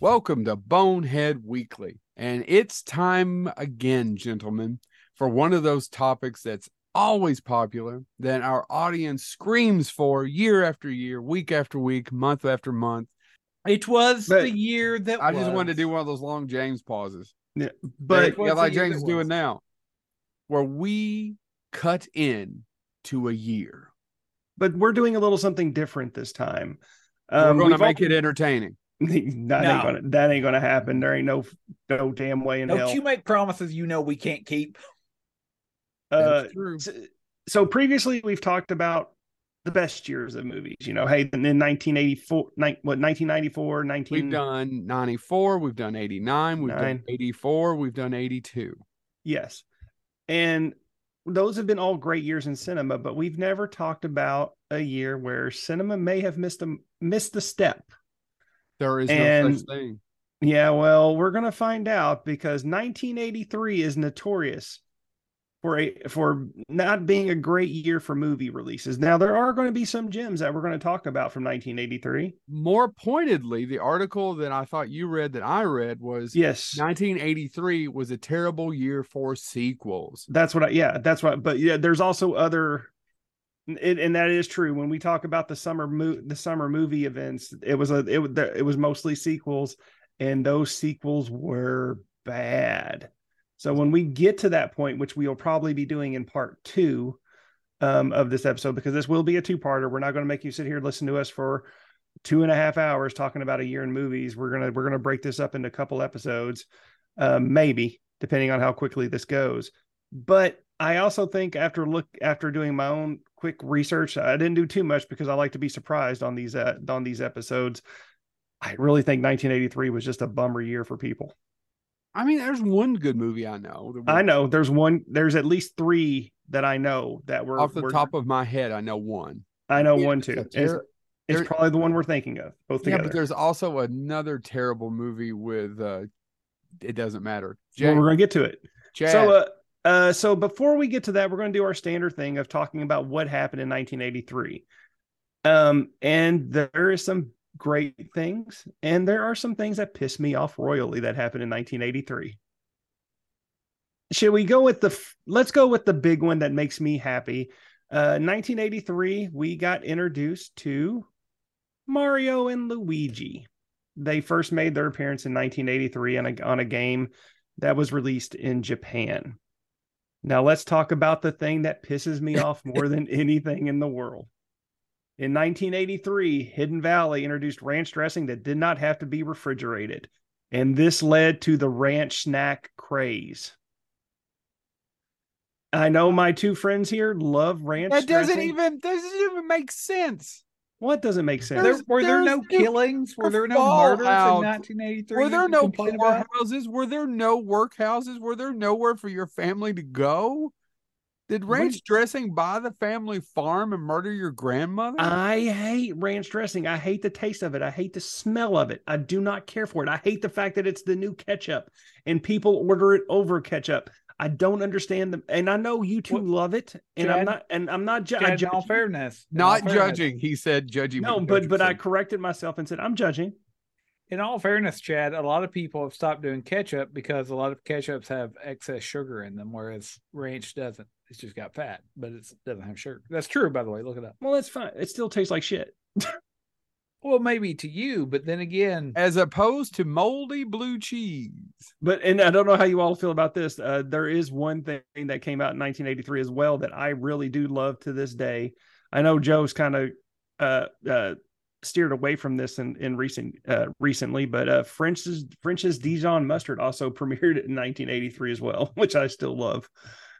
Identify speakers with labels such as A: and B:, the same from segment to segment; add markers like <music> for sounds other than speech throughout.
A: Welcome to Bonehead Weekly. And it's time again, gentlemen, for one of those topics that's always popular, that our audience screams for year after year, week after week, month after month.
B: It was
C: But
B: the year that
A: I just wanted to do
B: was.
A: one of those long James pauses.
C: Yeah,
A: But yeah,
C: but
B: what's
A: like
B: the year
A: James is
B: that
A: doing
B: was?
A: now, where we cut in to a year.
C: but we're doing a little something different this time.
B: Um,
C: Um,
A: We're going
C: we've
A: to make
C: al-
A: it entertaining.
C: <laughs> that ain't
B: No.
C: gonna that ain't gonna happen. There ain't no no damn way in
B: Don't
C: hell.
B: you make promises you know we can't keep.
C: uh,
A: That's true.
C: so, so previously we've talked about the best years of movies. You know, hey, in 1984, nine, what 1994, 19.
A: We've done 94, we've done 89, we've done
C: Nine.
A: 84, we've done 82.
C: Yes. And those have been all great years in cinema, but we've never talked about a year where cinema may have missed a missed a step.
A: There is no
C: And-
A: such thing.
C: Yeah, well, we're gonna find out because 1983 is notorious for a for not being a great year for movie releases. Now there are going to be some gems that we're going to talk about from 1983.
A: More pointedly, the article that I thought you read that I read was
C: Yes,
A: 1983 was a terrible year for sequels.
C: that's what I yeah that's what. But yeah, there's also other. It, and that is true. When we talk about the summer mo- the summer movie events, it was a it, was- it was mostly sequels, and those sequels were bad. So when we get to that point, which we will probably be doing in part two um, of this episode, because this will be a two parter, we're not going to make you sit here and listen to us for two and a half hours talking about a year in movies. We're gonna we're gonna break this up into a couple episodes, um, maybe depending on how quickly this goes. But I also think after look after doing my own quick research, I didn't do too much because I like to be surprised on these uh, on these episodes. I really think 1983 was just a bummer year for people.
A: I mean, there's one good movie I know. that
C: I
A: were-
C: know there's one. There's at least three that I know that were
A: Off the
C: were-
A: top of my head, I know one.
C: I know
B: Yeah,
C: one too.
A: There-
C: It's, it's
A: there-
C: probably the one we're thinking of both
A: yeah,
C: together.
A: but there's also another terrible movie with, uh, it doesn't matter.
C: Well,
A: Jack,
C: we're gonna get to it.
A: Chad,
C: So, uh, uh, so before we get to that, we're going to do our standard thing of talking about what happened in 1983. Um, and there is some great things, and there are some things that piss me off royally that happened in 1983. Should we go with the? f- Let's go with the big one that makes me happy. Uh, 1983, we got introduced to Mario and Luigi. They first made their appearance in 1983 on a, on a game that was released in Japan. Now let's talk about the thing that pisses me off
A: <laughs>
C: more than anything in the world. In 1983, Hidden Valley introduced ranch dressing that did not have to be refrigerated, and this led to the ranch snack craze. I know my two friends here love ranch.
A: that doesn't
C: dressing.
A: even, doesn't even make sense.
C: What doesn't make sense?
B: There,
A: There's-
B: were there no
A: there's no
B: killings? Were there no
A: fallout.
B: murders in 1983?
A: Were there
B: you
A: no
B: complain about?
A: poorhouses? Were there no workhouses? Were there nowhere for your family to go? Did
C: What-
A: ranch dressing buy the family farm and murder your grandmother?
C: I hate ranch dressing. I hate the taste of it. I hate the smell of it. I do not care for it. I hate the fact that it's the new ketchup and people order it over ketchup. I don't understand them. And I know you two
B: What-
C: love it. And I'm
B: Chad?
C: not and I'm not ju- I
B: Chad, in all
C: judge you.
B: fairness, in all
A: Not
B: fairness-
A: judging, he said. Judging.
C: No,
A: would judge
C: but but I
A: himself.
C: corrected myself and said I'm judging.
B: In all fairness, Chad, a lot of people have stopped doing ketchup because a lot of ketchups have excess sugar in them, whereas ranch doesn't. It's just got fat, but it doesn't have sugar. That's true, by the way. Look it up.
C: Well, that's fine. It still tastes like shit.
B: Well, maybe to you, but then again,
A: as opposed to moldy blue cheese.
C: But and I don't know how you all feel about this. Uh, there is one thing that came out in 1983 as well that I really do love to this day. I know Joe's kind of uh, uh, steered away from this in in recent uh, recently, but uh, French's French's Dijon mustard also <laughs> premiered in 1983 as well, which I still love.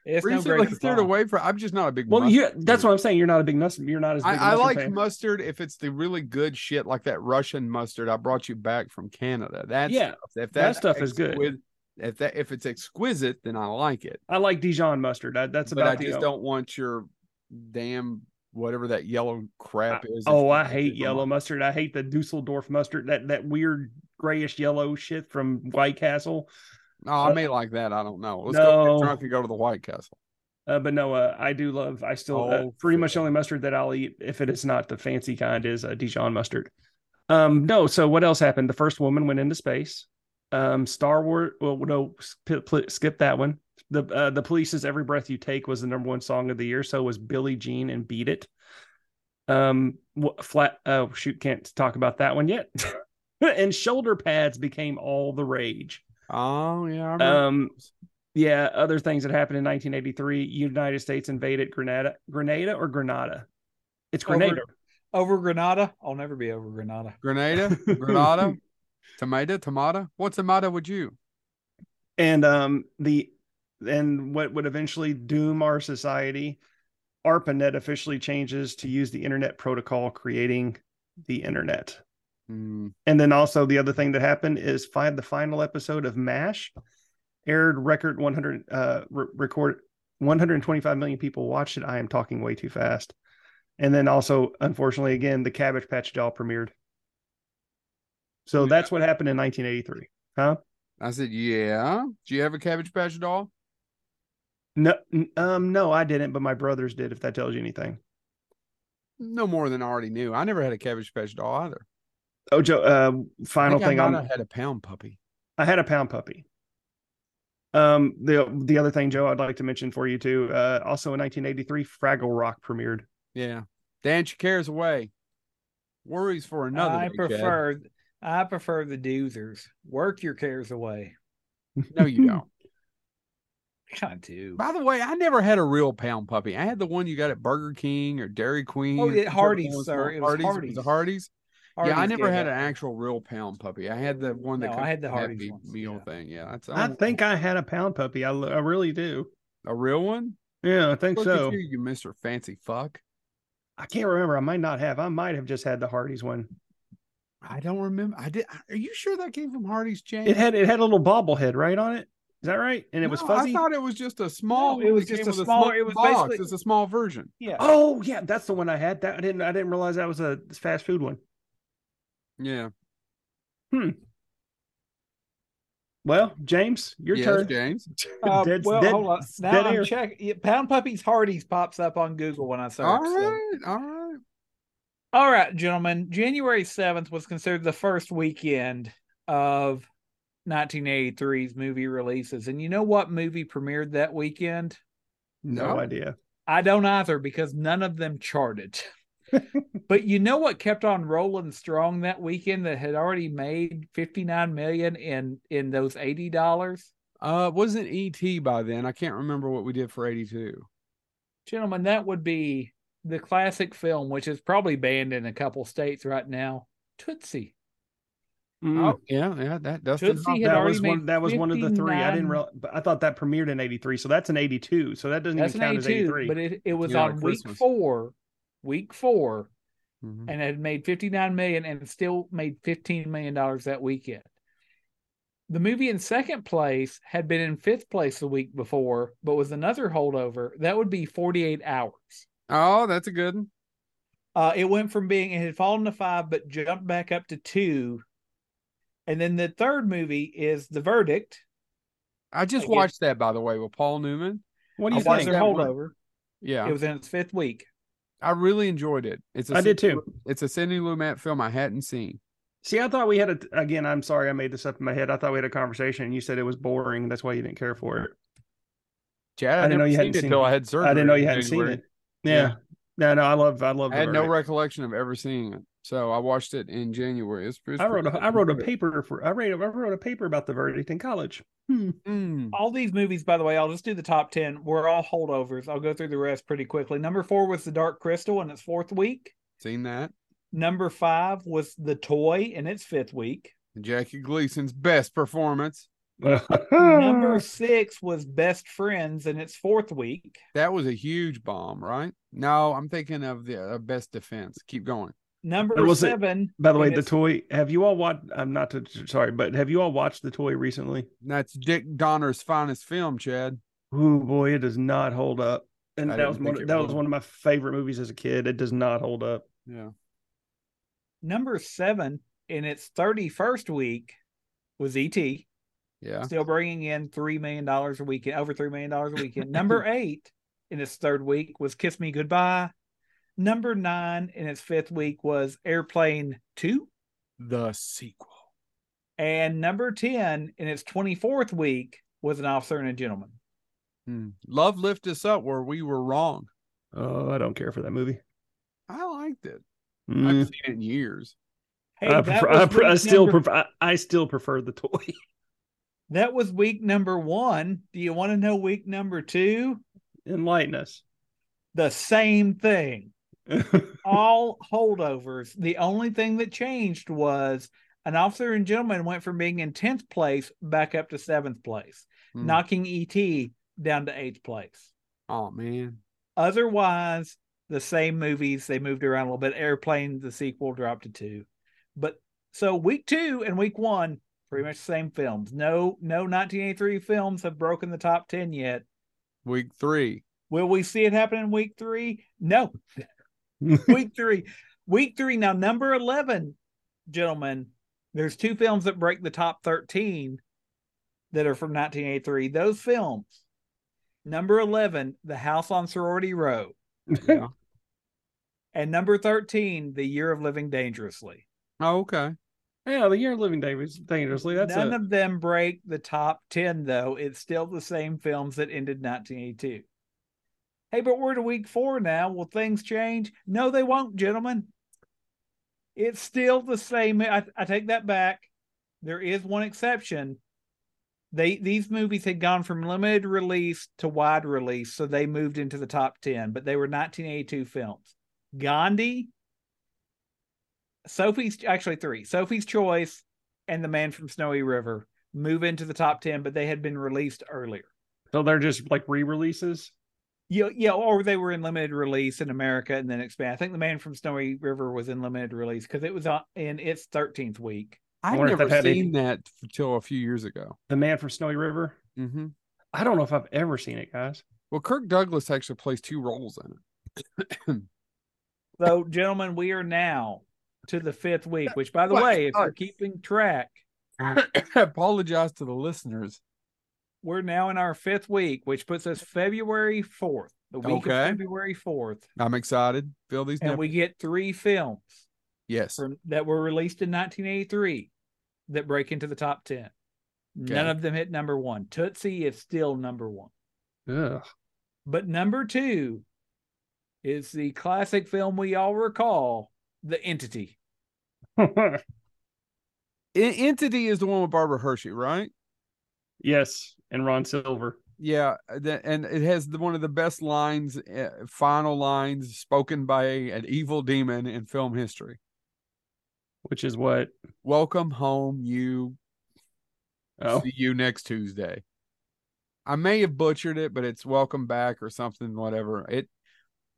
B: it's no
A: Recently
B: great.
A: steered away from. I'm just not a big.
C: Well,
A: mustard
C: you that's what I'm saying. You're not a big mustard. You're not as big a
A: I, I
C: mustard
A: like
C: fan.
A: mustard if it's the really good shit, like that Russian mustard I brought you back from Canada. That's
C: Yeah,
A: If
C: that stuff is good.
A: exquis- If that if it's exquisite, then I like it.
C: I like Dijon mustard. I, that's
A: but
C: about
A: I
C: the
A: just don't want your damn whatever that yellow crap is.
C: Oh, I
A: that's
C: hate
A: from
C: yellow
A: my-
C: mustard. I hate the Dusseldorf mustard. That that weird grayish yellow shit from White Castle.
A: No, Oh, I may like that. I don't know. Let's go
C: Uh, no.
A: get drunk and go to the White Castle.
C: Uh, but no, uh, I do love. I still uh,
A: Oh,
C: pretty
A: fair.
C: much the only mustard that I'll eat if it is not the fancy kind is uh, Dijon mustard. Um, no, so what else happened? The first woman went into space. Um, Star Wars. Well, no, skip, skip that one. The uh, the Police's "Every Breath You Take" was the number one song of the year. So was Billie Jean and "Beat It." Um, wh- flat. Oh shoot, can't talk about that one yet. <laughs> and shoulder pads became all the rage.
A: Oh yeah. I remember.
C: Um, yeah, other things that happened in 1983: United States invaded Grenada, Grenada or Grenada. It's
B: Over-
C: Grenada.
B: Over Granada, I'll never be over Grenada.
C: <laughs>
A: Grenada, Granada, tomato, tomato. What's the matter with you?
C: and um the and what would eventually doom our society arpanet officially changes to use the internet protocol creating the internet
A: Hmm.
C: and then also the other thing that happened is find the final episode of mash aired record 100 uh re- record 125 million people watched it i am talking way too fast and then also unfortunately again the cabbage patch doll premiered so
A: Yeah.
C: that's what happened in 1983 huh
A: I said, yeah. Do you have a Cabbage Patch doll?
C: No, n- um, no, I didn't, but my brothers did. If that tells you anything.
A: No more than I already knew. I never had a Cabbage Patch doll either.
C: Oh, Joe. Uh,
A: I,
C: final
A: think
C: thing.
A: I
C: on
A: might have had a pound puppy.
C: I had a pound puppy. Um, the the other thing, Joe, I'd like to mention for you too. Uh, also in 1983, Fraggle Rock premiered.
A: Yeah. Dance your cares away. Worries for another.
B: I
A: day, Chad.
B: prefer I prefer the doozers. Work your cares away. <laughs>
A: No, you don't.
B: Kind of too.
A: By the way, I never had a real pound puppy. I had the one you got at Burger King or Dairy Queen.
B: Oh,
A: or
B: yeah,
A: whichever
B: Hardee's,
A: one was
B: sir.
A: called.
B: It was
A: It was
B: Hardee's.
A: a Hardee's. yeah, I
B: Hardee's
A: never
B: gave
A: had
B: that-
A: an actual real pound puppy. I had the one that
B: No, I
A: comes
B: had the
A: in a
B: Hardee's
A: happy
B: ones,
A: meal
B: yeah.
A: thing. Oh, Yeah, that's
C: I think I had a pound puppy. I, l- I really do.
A: a real one.
C: Yeah, I think
A: Look
C: so.
A: at you, you Mister Fancy Fuck.
C: I can't remember. I might not have. I might have just had the Hardee's one.
A: I don't remember. I did. Are you sure that came from Hardee's? James?
C: It had it had a little bobblehead right on it. Is that right? And it was
A: No,
C: fuzzy.
A: I thought it was just a small.
B: it was
A: that
B: just
A: came
B: a
A: with
B: smaller- it was
A: box.
B: basically-
A: It's a small version.
B: Yeah.
C: Oh yeah, that's the one I had. That I didn't. I didn't realize that was a fast food one.
A: Yeah.
C: Well, James, your
A: yes,
C: turn.
A: James.
B: Uh,
C: Dead-
B: well,
C: dead-
B: hold on. Now
C: dead
B: I'm
C: air.
B: checking. Yeah, Pound Puppy's Hardee's pops up on Google when I search.
A: All
B: so-
A: right. All right.
B: All right, gentlemen. January 7th was considered the first weekend of 1983's movie releases. And you know what movie premiered that weekend?
C: No
A: No.
C: idea.
B: I don't either because none of them charted. but you know what kept on rolling strong that weekend that had already made 59 million in in those 80 dollars?
A: Uh, it wasn't ET by then. I can't remember what we did for eighty-two.
B: Gentlemen, that would be the classic film which is probably banned in a couple states right now, Tootsie.
C: Mm.
A: Oh yeah, yeah. That Dustin.
B: Tootsie
A: Hoffman.
B: had
C: that
B: already
C: was one.
B: made
C: That was one of the three. I
B: 59
C: didn't. Real, but I thought that premiered in '83, so that's an '82. So that doesn't
B: That's
C: even
B: an
C: count as
B: A2,
C: '83.
B: but it, it was
A: Yeah,
B: on
A: like
B: week
A: Christmas.
B: four, week four,
A: Mhm.
C: Mm-hmm.
B: and had made 59 million and still made 15 million dollars that weekend. The movie in second place had been in fifth place the week before, but was another holdover. That would be 48 hours.
A: Oh, that's a good one.
B: Uh, it went from being it had fallen to five, but jumped back up to two. And then the third movie is The Verdict.
A: I just
B: I guess-
A: watched that by the way with Paul Newman.
C: what do
A: I
C: you
B: It
A: watched
B: was
C: think?
B: their
A: that one.
B: holdover.
A: Yeah,
B: It was in its fifth week.
A: I really enjoyed it. It's a
C: I did
A: Sidney
C: too.
A: Lu- It's a Sidney Lumet film I hadn't seen.
C: See, I thought we had a. Again, I'm sorry, I made this up in my head. I thought we had a conversation, and you said it was boring. That's why you didn't care for it.
A: Chad, I,
C: I didn't know
A: never
C: you
A: seen
C: hadn't
A: it
C: seen
A: till
C: it.
A: I had surgery.
C: I didn't know you
A: in
C: hadn't seen
A: January.
C: it. Yeah. No, no, I love. I love.
A: I had
C: The
A: no
C: Verdict.
A: recollection of ever seeing it, so I watched it in January. It's, it's
C: I wrote. A,
A: pretty
C: I wrote a
A: good.
C: paper for. I wrote. I wrote a paper about the verdict in college. Hmm.
A: Mm.
B: All these movies, by the way, I'll just do the top 10. We're all holdovers. I'll go through the rest pretty quickly. Number four was The Dark Crystal in its fourth week.
A: Seen that?
B: Number five was The Toy in its fifth week.
A: Jackie Gleason's best performance.
C: Ah.
B: Number six was Best Friends in its fourth week.
A: That was a huge bomb, right? No, I'm thinking of the uh, best defense. Keep going.
B: Number
C: There was a-
B: seven.
C: By the way,
B: in
C: the
B: its-
C: toy. Have you all watched? I'm not to, sorry, but have you all watched the toy recently?
A: That's Dick Donner's finest film, Chad.
C: Oh boy, it does not hold up. And
A: I
C: that
A: didn't
C: was one.
A: think it
C: That was
A: would.
C: one of my favorite movies as a kid. It does not hold up.
A: Yeah.
B: Number seven in its 31st week was E.T.,
A: Yeah.
B: still bringing in $3 million a weekend, over $3 million a weekend.
C: <laughs>
B: Number eight in its third week was Kiss Me Goodbye. Number nine in its fifth week was Airplane 2.
A: the sequel.
B: And number 10 in its 24th week was An Officer and a Gentleman.
A: Hmm. Love lift us up where we were wrong.
C: Oh, I don't care for that movie.
A: I liked it. I
C: Mm,
A: haven't seen it in years.
B: Hey,
C: I,
B: that
C: prefer,
B: was
C: I, pre- I
B: week
C: still
B: number-
C: prefer, I, I still prefer the toy. <laughs>
B: That was week number one. Do you want to know week number two?
C: Enlighten us. <laughs>
B: The same thing. All holdovers. The only thing that changed was an officer and gentleman went from being in 10th place back up to seventh place,
A: Hmm.
B: knocking ET down to eighth place.
A: Oh man.
B: Otherwise, the same movies they moved around a little bit. Airplane, the sequel dropped to two, but so week two and week one, pretty much the same films. No, no, 1983 films have broken the top ten yet.
A: Week three.
B: Will we see it happen in week three? No, week three, week three. Now number eleven, gentlemen. There's two films that break the top thirteen that are from 1983. Those films. Number 11, The House on Sorority Row.
A: Yeah.
B: And number 13, The Year of Living Dangerously.
A: oh, okay.
C: yeah, the year of living Davis dangerously. That's
B: None
C: a,
B: of them break the top 10, though. It's still the same films that ended 1982. Hey, but we're to week four now. Will things change? No, they won't, gentlemen. It's still the same. I, I take that back. There is one exception. They these movies had gone from limited release to wide release, so they moved into the top ten. But they were 1982 films. Gandhi, Sophie's actually three. Sophie's Choice, and the man from snowy river move into the top 10 but they had been released earlier
C: so they're just like re-releases.
B: yeah yeah or they were in limited release in america and then expand i think the man from snowy river was in limited release because it was on, in its 13th week
A: I'd
C: wonder if
A: never
C: I've had
A: seen that until a few years ago.
C: The Man from Snowy River.
A: hmm
C: I don't know if I've ever seen it, guys.
A: Well, Kirk Douglas actually plays two roles in it.
B: so gentlemen we are now to the fifth week which by the
A: What?
B: way if you're keeping track
A: I <coughs> apologize to the listeners.
B: we're now in our fifth week which puts us february 4th the week
A: Okay.
B: of february 4th
A: I'm excited. Fill these.
B: and
A: nip-
B: we get three films
A: yes.
B: from, that were released in 1983 that break into the top 10. None
A: Okay.
B: of them hit number one. Tootsie is still number one.
C: Ugh. <laughs>
B: But number two is the classic film we all recall, The Entity.
A: En- Entity is the one with Barbara Hershey, right?
C: yes, and Ron Silver.
A: Yeah, uh, the, and it has the, one of the best lines, uh, final lines spoken by an evil demon in film history.
C: which is what
A: Welcome home, you.
C: oh
A: See you next Tuesday. I may have butchered it, but it's welcome back or something, whatever. It,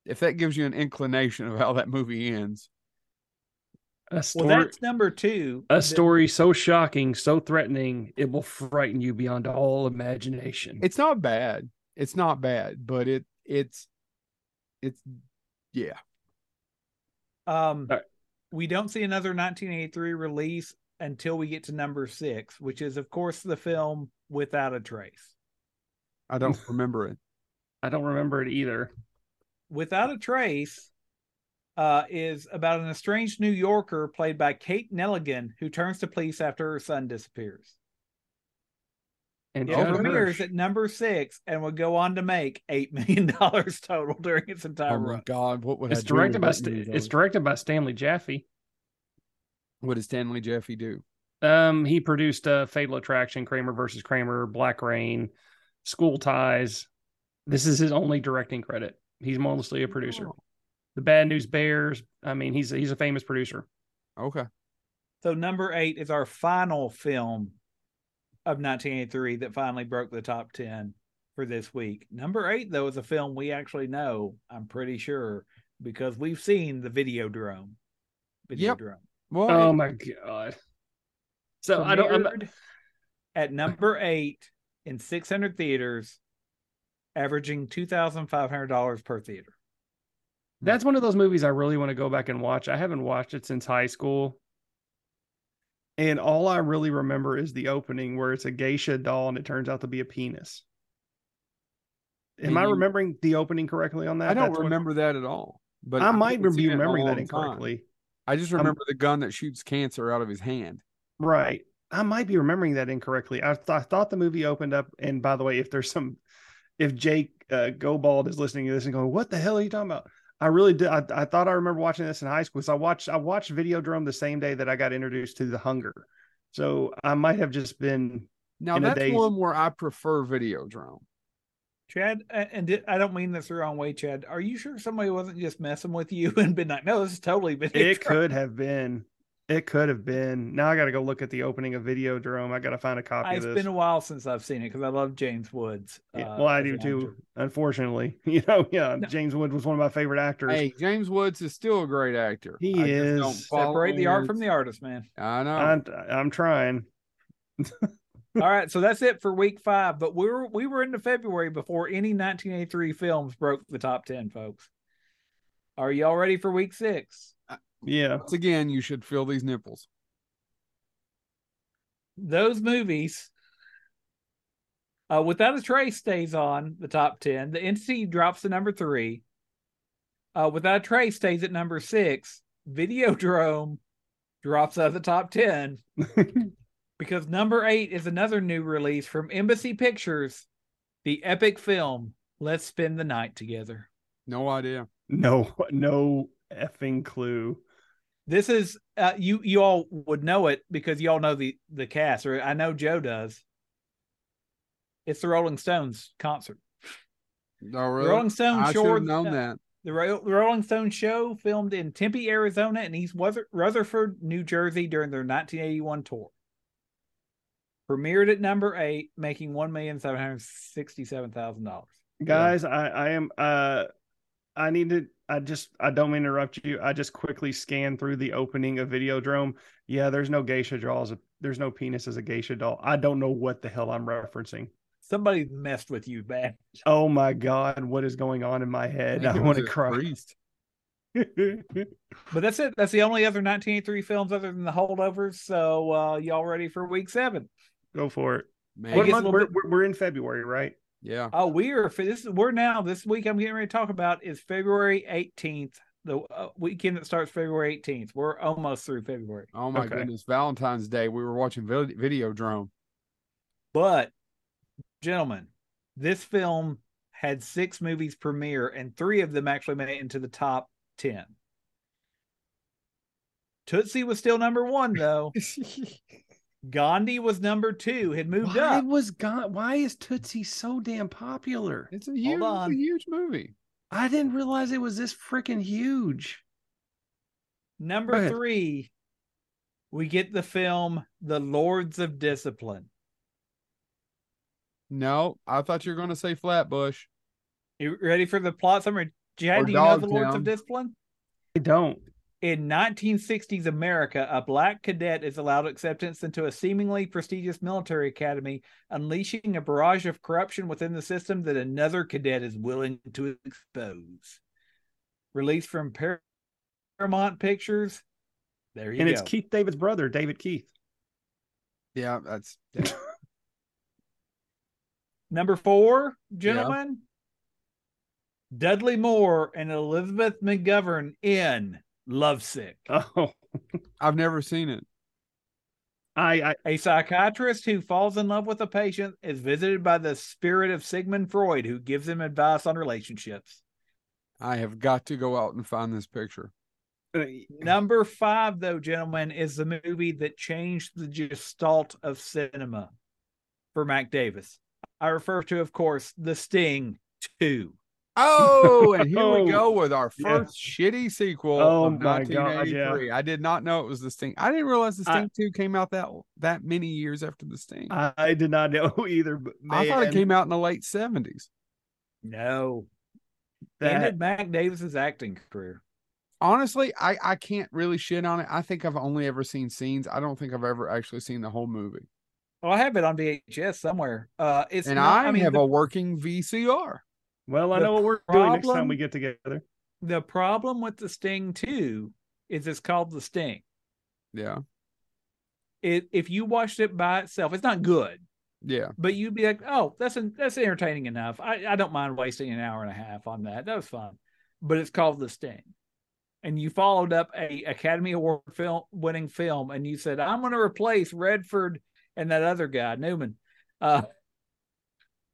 A: if that gives you an inclination of how that movie ends,
C: a
B: Well,
C: story
B: that's number two.
C: a story so shocking so threatening it will frighten you beyond all imagination
A: it's not bad. It's not bad, but it, it's, it's, yeah.
B: Um,
C: All right.
B: We don't see another 1983 release until we get to number six, which is, of course, the film Without a Trace.
A: I
C: <laughs>
A: don't remember it.
C: i don't remember it either
B: Without a Trace uh, is about an estranged New Yorker played by Kate Nelligan who turns to police after her son disappears.
C: and
B: It
A: Yeah,
C: Judd
B: premieres
C: Hirsch-
B: at number six and would go on to make $8 million <laughs> total during its entire
A: Oh my
B: run.
A: God, what would I
C: it's
A: do
C: directed
A: with
C: by
A: that
C: Sta-
A: movie?
C: it's directed by stanley jaffe
A: What did Stanley Jeffy do?
C: um he produced uh fatal attraction kramer versus kramer black rain school ties this is his only directing credit he's mostly a producer the bad news bears i mean he's he's a famous producer
A: Okay.
B: So, number eight is our final film of 1983 that finally broke the top 10 for this week. Number eight, though, is a film we actually know, I'm pretty sure, because we've seen the Videodrome.
A: Yep.
B: Videodrome.
A: Well,
C: oh
A: it-
C: my god so i don't I'm, not-
B: premiered at number eight in 600 theaters, averaging $2,500 per theater.
C: That's one of those movies I really want to go back and watch. I haven't watched it since high school. And all I really remember is the opening where it's a geisha doll and it turns out to be a penis. Am
A: And
C: I
A: you-
C: remembering the opening correctly on that?
A: I don't
C: That's what-
A: remember that at all. But
C: I might
A: haven't
C: be
A: seen it in a
C: remembering that
A: long time.
C: incorrectly.
A: I just remember the gun that shoots cancer out of his hand.
C: Right. I might be remembering that incorrectly. I, th- I thought the movie opened up. And by the way, if there's some, if Jake uh, Gobald is listening to this and going, "What the hell are you talking about?" I really did. I, I thought I remember watching this in high school. So I watched I watched Videodrome the same day that I got introduced to The Hunger. So I might have just been
A: Now
C: In a
A: that's
C: daze.
A: one where I prefer Videodrome.
B: Chad, a- and di- I don't mean this the wrong way, Chad. Are you sure somebody wasn't just messing with you <laughs> and been like, no, this is totally been
C: It could have been. It could have been. Now I got to go look at the opening of Videodrome. I got to find a copy
B: It's
C: of this.
B: been a while since I've seen it because I love James Woods.
C: Yeah,
B: uh,
C: well, I
B: as
C: do
B: an
C: too.
B: actor.
C: Unfortunately, <laughs> you know, yeah,
B: No.
C: James Wood was one of my favorite actors.
A: Hey, James Woods is still a great actor.
C: He
A: I just
C: is.
A: don't follow
B: Separate the
C: mm.
B: art from
A: his-
B: the artist, man.
A: I know.
B: um,
C: I'm, I'm trying.
B: All right, so that's it for week five. But we were we were into February before any 1983 films broke the top ten, folks. Are y'all ready for week six? <laughs>
C: Yeah,
A: Once again, you should feel these nipples.
B: those movies uh, without a trace stays on the top 10 the entity drops to number three uh, without a trace stays at number six videodrome drops out of the top 10 because number eight is another new release from embassy pictures the epic film let's spend the night together
A: No idea.
C: no, no effing clue.
B: this is uh, you you all would know it because y'all know the the cast or i know joe does it's the rolling stones concert
A: No,
B: The
A: really.
B: Rolling Stone
A: I should
B: Shore,
A: have known
B: uh,
A: that.
B: The Ro- the Rolling Stone show filmed in Tempe, Arizona, and East Wuther- Rutherford, New Jersey during their 1981 tour. Premiered at number eight, making one million seven hundred sixty-seven thousand dollars.
C: guys i i am uh i need to i just i don't mean to interrupt you i just quickly scanned through the opening of videodrome yeah there's no geisha dolls there's no penis as a geisha doll i don't know what the hell i'm referencing
B: Somebody messed with you bad.
C: oh my god what is going on in my head i
A: think it
C: want to
A: was a
C: cry
A: priest.
B: But that's it. That's the only other 1983 films other than the holdovers. So uh, y'all ready for week seven?
C: <laughs> go for it
A: Man,
C: what
B: gets a
C: month,
B: little
C: we're,
B: bit-
C: we're, we're in february right
A: yeah.
B: Oh, we are for this. We're now this week. I'm getting ready to talk about is February 18th, the uh, weekend that starts February 18th. We're almost through February.
A: Oh my
C: Okay.
A: goodness. Valentine's Day. We were watching vid-
C: <laughs>
A: Videodrome.
B: But, gentlemen, this film had six movies premiere, and three of them actually made it into the top 10. Tootsie was still number
A: <laughs>
B: one, though. Gandhi was number two, had moved
C: why
B: up.
C: was god why is tootsie so damn popular
A: It's a huge, it's
B: on.
A: a huge movie.
C: i didn't realize it was this freaking huge Go
B: Number
C: ahead.
B: three, we get the film The Lords of Discipline.
A: No, I thought you were going to say Flatbush.
B: You ready for the plot summary?
A: Or
B: Jad, do you know The Lords
A: Dogtown.
B: of Discipline?
C: i don't
B: In 1960s America, a black cadet is allowed acceptance into a seemingly prestigious military academy, unleashing a barrage of corruption within the system that another cadet is willing to expose. Released from Par- Paramount Pictures. There you
C: and
B: go.
C: it's keith david's brother david keith <laughs>
A: Yeah, that's yeah.
B: Number four, gentlemen. Dudley Moore and Elizabeth McGovern in Lovesick.
C: oh
A: I've never seen it.
C: I, I
B: A psychiatrist who falls in love with a patient is visited by the spirit of Sigmund Freud, who gives him advice on relationships.
A: I have got to go out and find this picture.
C: uh,
A: Hmm.
B: Number five, though, gentlemen, is the movie that changed the gestalt of cinema for Mac Davis. I refer to, of course, The Sting 2.
A: <laughs> Oh, and here we go
C: Oh,
A: with our
C: yeah.
A: first shitty sequel
C: Oh
A: of
C: my God, yeah.
A: 1983. I did not know it was the Sting. I didn't realize the
C: I-
A: Sting Two came out that that many years after the Sting. I,
C: I, I did not know <laughs> either. But man,
A: thought it came out in the late 70s.
B: No.
C: that
B: Ended Mac Davis's acting career.
A: Honestly, I I can't really shit on it. I think I've only ever seen scenes. I don't think I've ever actually seen the whole movie.
B: Well, I have it on VHS somewhere. Uh, it's
A: and
B: not,
A: I,
B: I mean,
A: have
B: the-
A: a working VCR.
C: well, I
B: the
C: know what we're doing next time
B: problem-
C: we get together.
B: the problem with the Sting 2 is it's called the Sting.
A: Yeah.
B: It if you watched it by itself, it's not good,
A: Yeah.
B: but you'd be like, "Oh, that's an, that's entertaining enough. I, I don't mind wasting an hour and a half on that. That was fun." But it's called the Sting, and you followed up a Academy Award film winning film, and you said, "I'm going to replace Redford and that other guy Newman uh,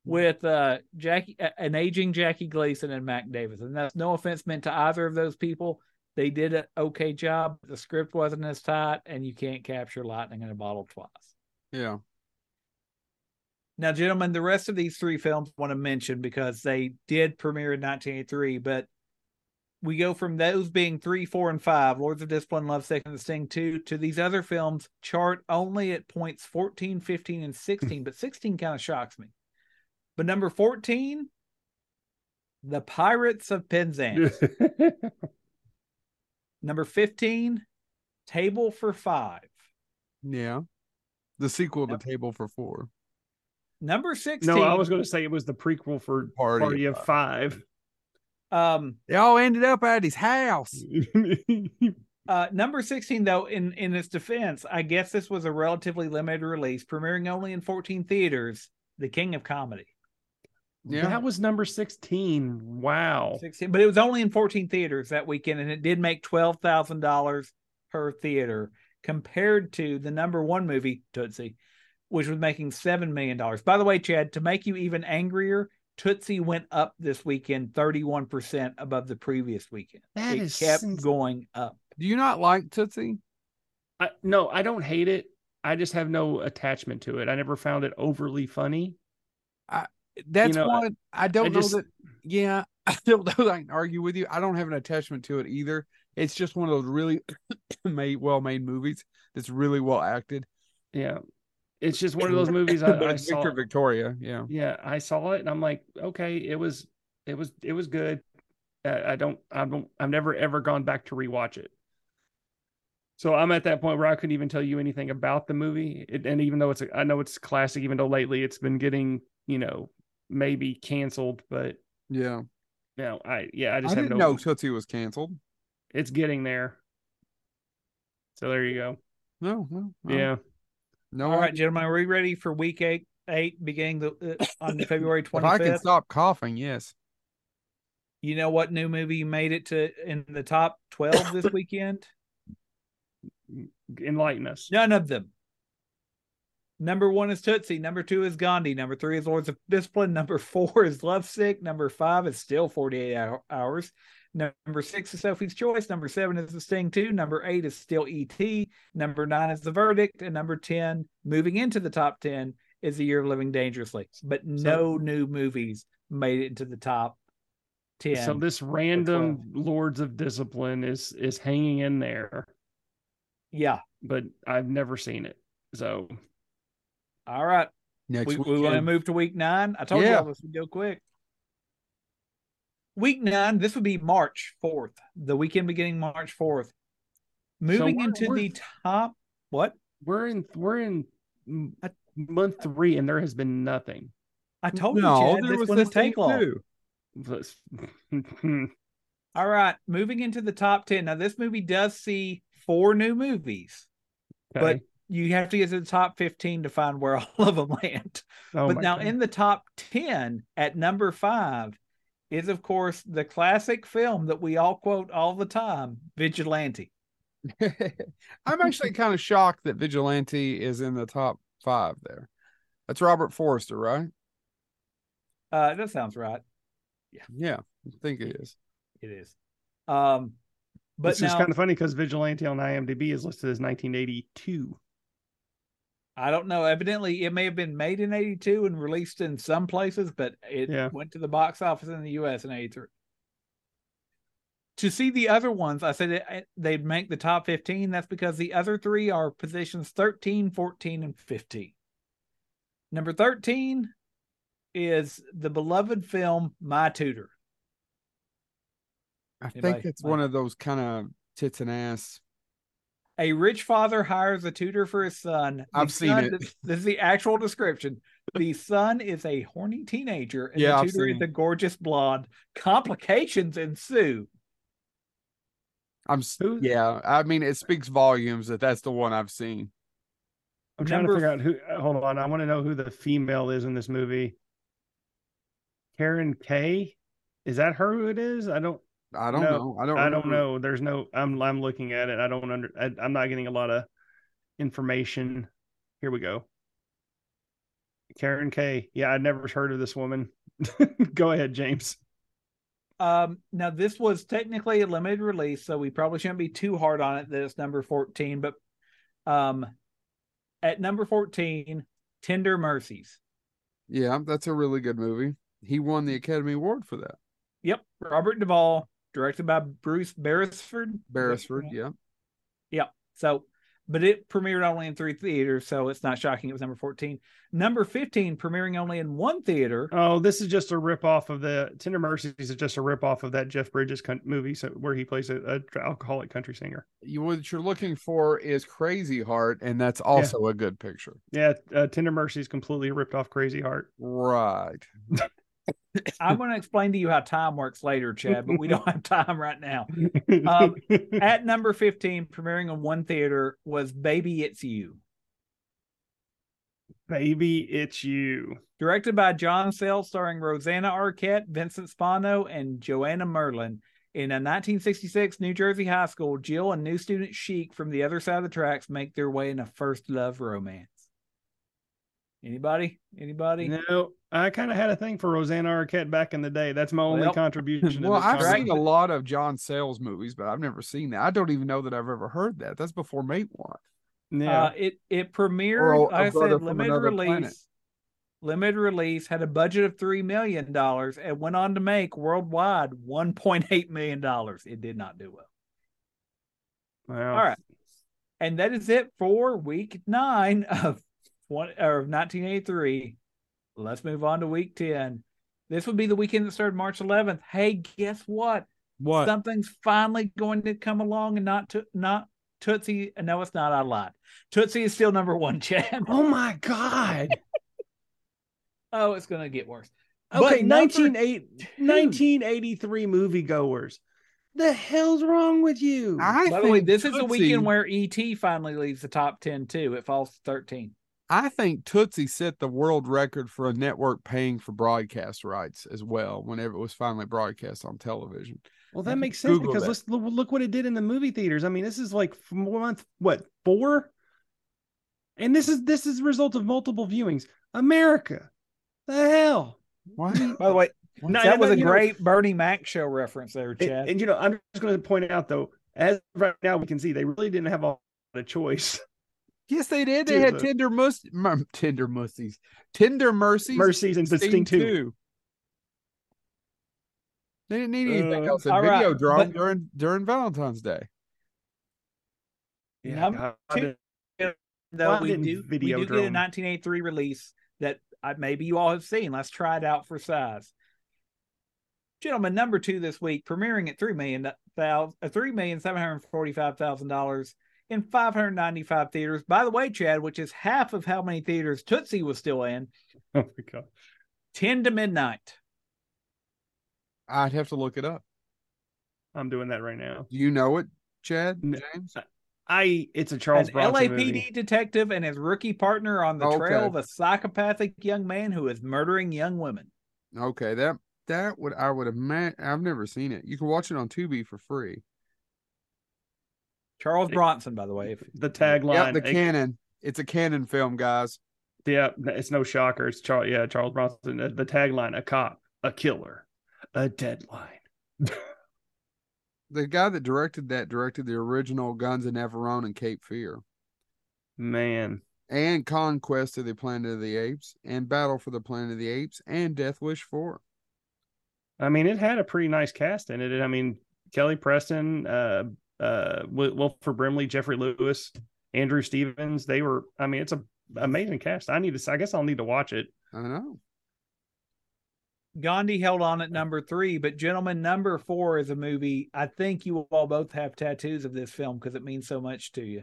B: with uh, Jackie, an aging Jackie Gleason and Mac Davis." And that's no offense meant to either of those people. They did an okay job. The script wasn't as tight, and you can't capture lightning in a bottle twice.
A: Yeah.
B: Now, gentlemen, the rest of these three films I want to mention because they did premiere in 1983, but we go from those being three, four, and five, Lords of Discipline, Love, Sick, and the Sting 2, to these other films chart only at points 14, 15, and 16, but 16 kind of shocks me. But number 14, The Pirates of Penzance. number 15, Table for Five.
A: Yeah. The sequel to Table for Four.
B: Number 16.
C: <laughs> No, I was going to say it was the prequel for
A: Party
C: Party,
A: of
C: of Five. <laughs>
B: um,
A: They all ended up at his house.
B: Uh, number 16, though, in, in its defense, I guess this was a relatively limited release, premiering only in 14 theaters, The King of Comedy.
A: Yeah.
C: That was number 16. Wow.
B: 16, but it was only in 14 theaters that weekend, and it did make $12,000 per theater compared to the number one movie, Tootsie, which was making $7 million. By the way, Chad, to make you even angrier, Tootsie went up this weekend 31% above the previous weekend.
C: That
B: it
C: is
B: kept
C: sens-
B: going up.
A: Do you not like Tootsie?
C: I, no, I don't hate it. I just have no attachment to it. I never found it overly funny.
A: That's
C: know,
A: one I don't
C: I
A: know
C: just-
A: that. Yeah, <laughs> I don't know that I can argue with you. I don't have an attachment to it either. It's just one of those really <coughs> made, well-made movies that's really well acted.
C: Yeah. It's just one of those movies I,
A: But
C: I
A: it's <laughs>
C: saw.
A: Victor Victoria, yeah.
C: Yeah, I saw it and I'm like, okay, it was, it was, it was good. Uh, I don't, I don't, I've never ever gone back to rewatch it. So I'm at that point where I couldn't even tell you anything about the movie. It, and even though it's, a, I know it's classic, even though lately it's been getting, you know, maybe canceled, but
A: Yeah.
C: no, I, yeah, I
A: I,
C: just have
A: didn't
C: no,
A: know Tootsie was canceled.
C: it's getting there. So there you go.
A: No, no. no.
C: Yeah.
A: No.
B: All right,
A: I-
B: gentlemen, are we ready for week eight? Eight beginning the uh, on February
A: if
B: twenty
A: I can
B: fifth.
A: stop coughing, yes.
B: You know what new movie made it to in the top
A: <laughs>
B: twelve this weekend?
C: Enlighten us.
B: None of them. Number one is Tootsie. Number two is Gandhi. Number three is Lords of Discipline. Number four is Lovesick. Number five is still 48 Hou- hours. Number six is Sophie's Choice. Number seven is The Sting 2. Number eight is still E.T. Number nine is The Verdict. And number 10, moving into the top 10, is The Year of Living Dangerously. But no new movies made it into the top 10.
C: So this random Lords of Discipline is is hanging in there,
B: yeah.
C: but I've never seen it. So
B: All right.
A: Next
B: we,
A: week.
B: we want to move to week nine. I told you
A: Yeah.
B: all this would go quick. Week nine, this would be March 4th, the weekend beginning March 4th. Moving
C: we're-
B: into
C: we're-
B: the top, what?
C: we're in we're in m-
B: I-
C: month three, and there has been nothing.
B: I
C: oh,
B: told
A: no,
B: you, Chad,
A: there
B: this
A: was
B: one
A: this
B: would take
A: thing
B: long.
A: too.
C: Let's- <laughs>
B: All right, moving into the top 10. Now, this movie does see four new movies. But
C: Okay.
B: You have to get to the top 15 to find where <laughs> all of them land.
C: Oh
B: but
C: my
B: now
C: God.
B: in the top 10 at number five is of course the classic film that we all quote all the time vigilante
A: <laughs> I'm actually kind of shocked that Vigilante is in the top five there. That's Robert Forster, right?
B: uh that sounds right
A: Yeah, I think it is.
B: it is um but
C: this is
B: now
C: kind of funny because Vigilante on IMDb is listed as 1982.
B: i don't know evidently it may have been made in 82 and released in some places but it
C: Yeah.
B: went to the box office in the us in 83 to see the other ones i said it- they'd make the top 15 that's because the other three are positions 13 14 and 15 number 13 is the beloved film my tutor
A: I
B: If
A: think
B: I-
A: it's
B: my-
A: one of those kind of tits and ass.
B: A rich father hires a tutor for his son. The
A: I've seen
B: son-
A: it.
B: This, this is the actual description. The son is a horny teenager, and
A: Yeah,
B: the
A: I've
B: tutor
A: seen
B: is
A: it.
B: a gorgeous blonde. Complications ensue.
A: I'm s-
C: Who-
A: yeah. I mean, it speaks volumes that that's the one I've seen.
C: I'm trying
B: Number
C: to figure out who. uh, Hold on, I want to know who the female is in this movie. Karen Kay, is that her? Who it is? I don't.
A: I don't
C: No,
A: know. I don't.
C: I don't
A: remember.
C: know. There's no. I'm I'm looking at it. I don't under. I, I'm not getting a lot of information. Here we go. Karen K. Yeah, I'd never heard of this woman. <laughs> go ahead, James.
B: Um, now this was technically a limited release, so we probably shouldn't be too hard on it that it's number 14, but um at number 14, Tender Mercies.
A: Yeah, that's a really good movie. He won the Academy Award for that.
B: Yep, Robert Duvall, directed by Bruce Beresford.
A: Beresford. Yeah.
B: So, but it premiered only in three theaters, so it's not shocking it was number 14. Number 15 premiering only in one theater.
C: <laughs> Oh, this is just a rip off of the Tender Mercies is just a rip off of that Jeff Bridges con- movie, so where he plays a, a dr- alcoholic country singer.
A: You, what you're looking for is Crazy Heart, and that's also a good picture.
C: Yeah, uh, Tender Mercies completely ripped off Crazy Heart.
A: Right.
B: I'm going to explain to you how time works later, Chad, but we don't have time right now. Um, At number 15 premiering in one theater was Baby It's You.
C: <laughs> Baby, it's you.
B: Directed by John Sale, starring Rosanna Arquette, Vincent Spano, and Joanna Merlin. In a 1966 New Jersey high school, Jill and new student Sheik from the other side of the tracks make their way in a first love romance. Anybody? Anybody?
C: No, I kind of had a thing for Rosanna Arquette back in the day. That's my only
B: Well-
C: contribution.
A: Well,
C: to this
A: I've
C: conversation.
A: seen a lot of John Sayles movies, but I've never seen that. I don't even know that I've ever heard that. That's before Mate One.
C: Yeah,
B: Uh, it it premiered.
A: Or a-
B: like I
A: a brother
B: said
A: from
B: limited
A: another
B: release.
A: planet.
B: Limited release had a budget of three million dollars and went on to make worldwide one point eight million dollars. It did not do well.
C: Well,
B: All right. And that is it for week nine of one or of 1983. Let's move on to week 10. This would be the weekend that started March 11th. Hey, guess what?
A: What?
B: Something's finally going to come along and not to not Tootsie. uh, No, it's not. I lied. Tootsie is still number one, <laughs> Chad.
C: Oh my God.
B: Oh, it's gonna get worse.
C: Okay,
B: But number
C: 1980 1983 moviegoers. The hell's wrong with you?
A: I
B: By the way,
A: think
B: this is the
A: Tootsie-
B: weekend where ET finally leaves the top ten too. It falls to thirteen.
A: I think Tootsie set the world record for a network paying for broadcast rights as well. Whenever it was finally broadcast on television,
C: well, that makes sense
A: Google
C: because
A: that.
C: let's look, look what it did in the movie theaters. I mean, this is like from month what four, and this is this is a result of multiple viewings. America, the hell.
B: <laughs>
A: why?
B: By the way,
A: Well,
C: No,
B: that
C: and-
B: was a
C: and, you know,
B: great Bernie Mac show reference there,
C: And,
B: Chad.
C: and, you know, I'm just going to point out though, as of right now we can see, they really didn't have a lot of choice.
A: yes, they did. They
C: Dude,
A: had
B: uh,
C: look.
A: Tinder mus- m- Tinder mussies, Tinder mercies,
C: Mercies and Sting too.
A: two. They didn't need anything
C: Uh,
A: else in
B: all right,
A: video drum
B: but-
A: during during Valentine's Day.
B: Number
C: God,
B: two.
C: Why
B: Though we
C: didn't
B: do, we do get a
C: Videodrome-
B: 1983 release that I, maybe you all have seen. Let's try it out for size. Gentlemen, number two this week, premiering at three million thousand, three million seven hundred forty-five thousand dollars in five hundred ninety-five theaters. By the way, Chad, which is half of how many theaters Tootsie was still in.
C: Oh my god.
B: Ten to midnight.
A: I'd have to look it up.
C: I'm doing that right now.
A: Do you know it, Chad?
C: No.
A: James?
C: I it's a Charles
B: an
C: Bronson
B: LAPD
C: movie.
B: detective and his rookie partner on the
A: Okay.
B: trail of a psychopathic young man who is murdering young women.
A: Okay, that that would I would imagine. I've never seen it. You can watch it on Tubi for free.
B: Charles
C: It-
B: Bronson, by the way. If,
C: The
A: Yeah,
C: tagline.
A: the canon. It's a canon film, guys.
C: yeah, it's no shocker. It's Charles. Yeah, Charles Bronson. The, the tagline: a cop, a killer, a deadline.
A: The guy that directed that directed the original Guns and Navarone and Cape Fear,
C: Man,
A: and Conquest of the Planet of the Apes, and Battle for the Planet of the Apes, and Death Wish Four.
C: I mean, it had a pretty nice cast in it. I mean, Kelly Preston, uh, uh, Wil- Wilford Brimley, Jeffrey Lewis, Andrew Stevens. They were. I mean, it's a amazing cast. I need to. I guess I'll need to watch it.
A: I know.
B: Gandhi held on at number three, but gentlemen, number four is a movie. I think you all both have tattoos of this film because it means so much to you.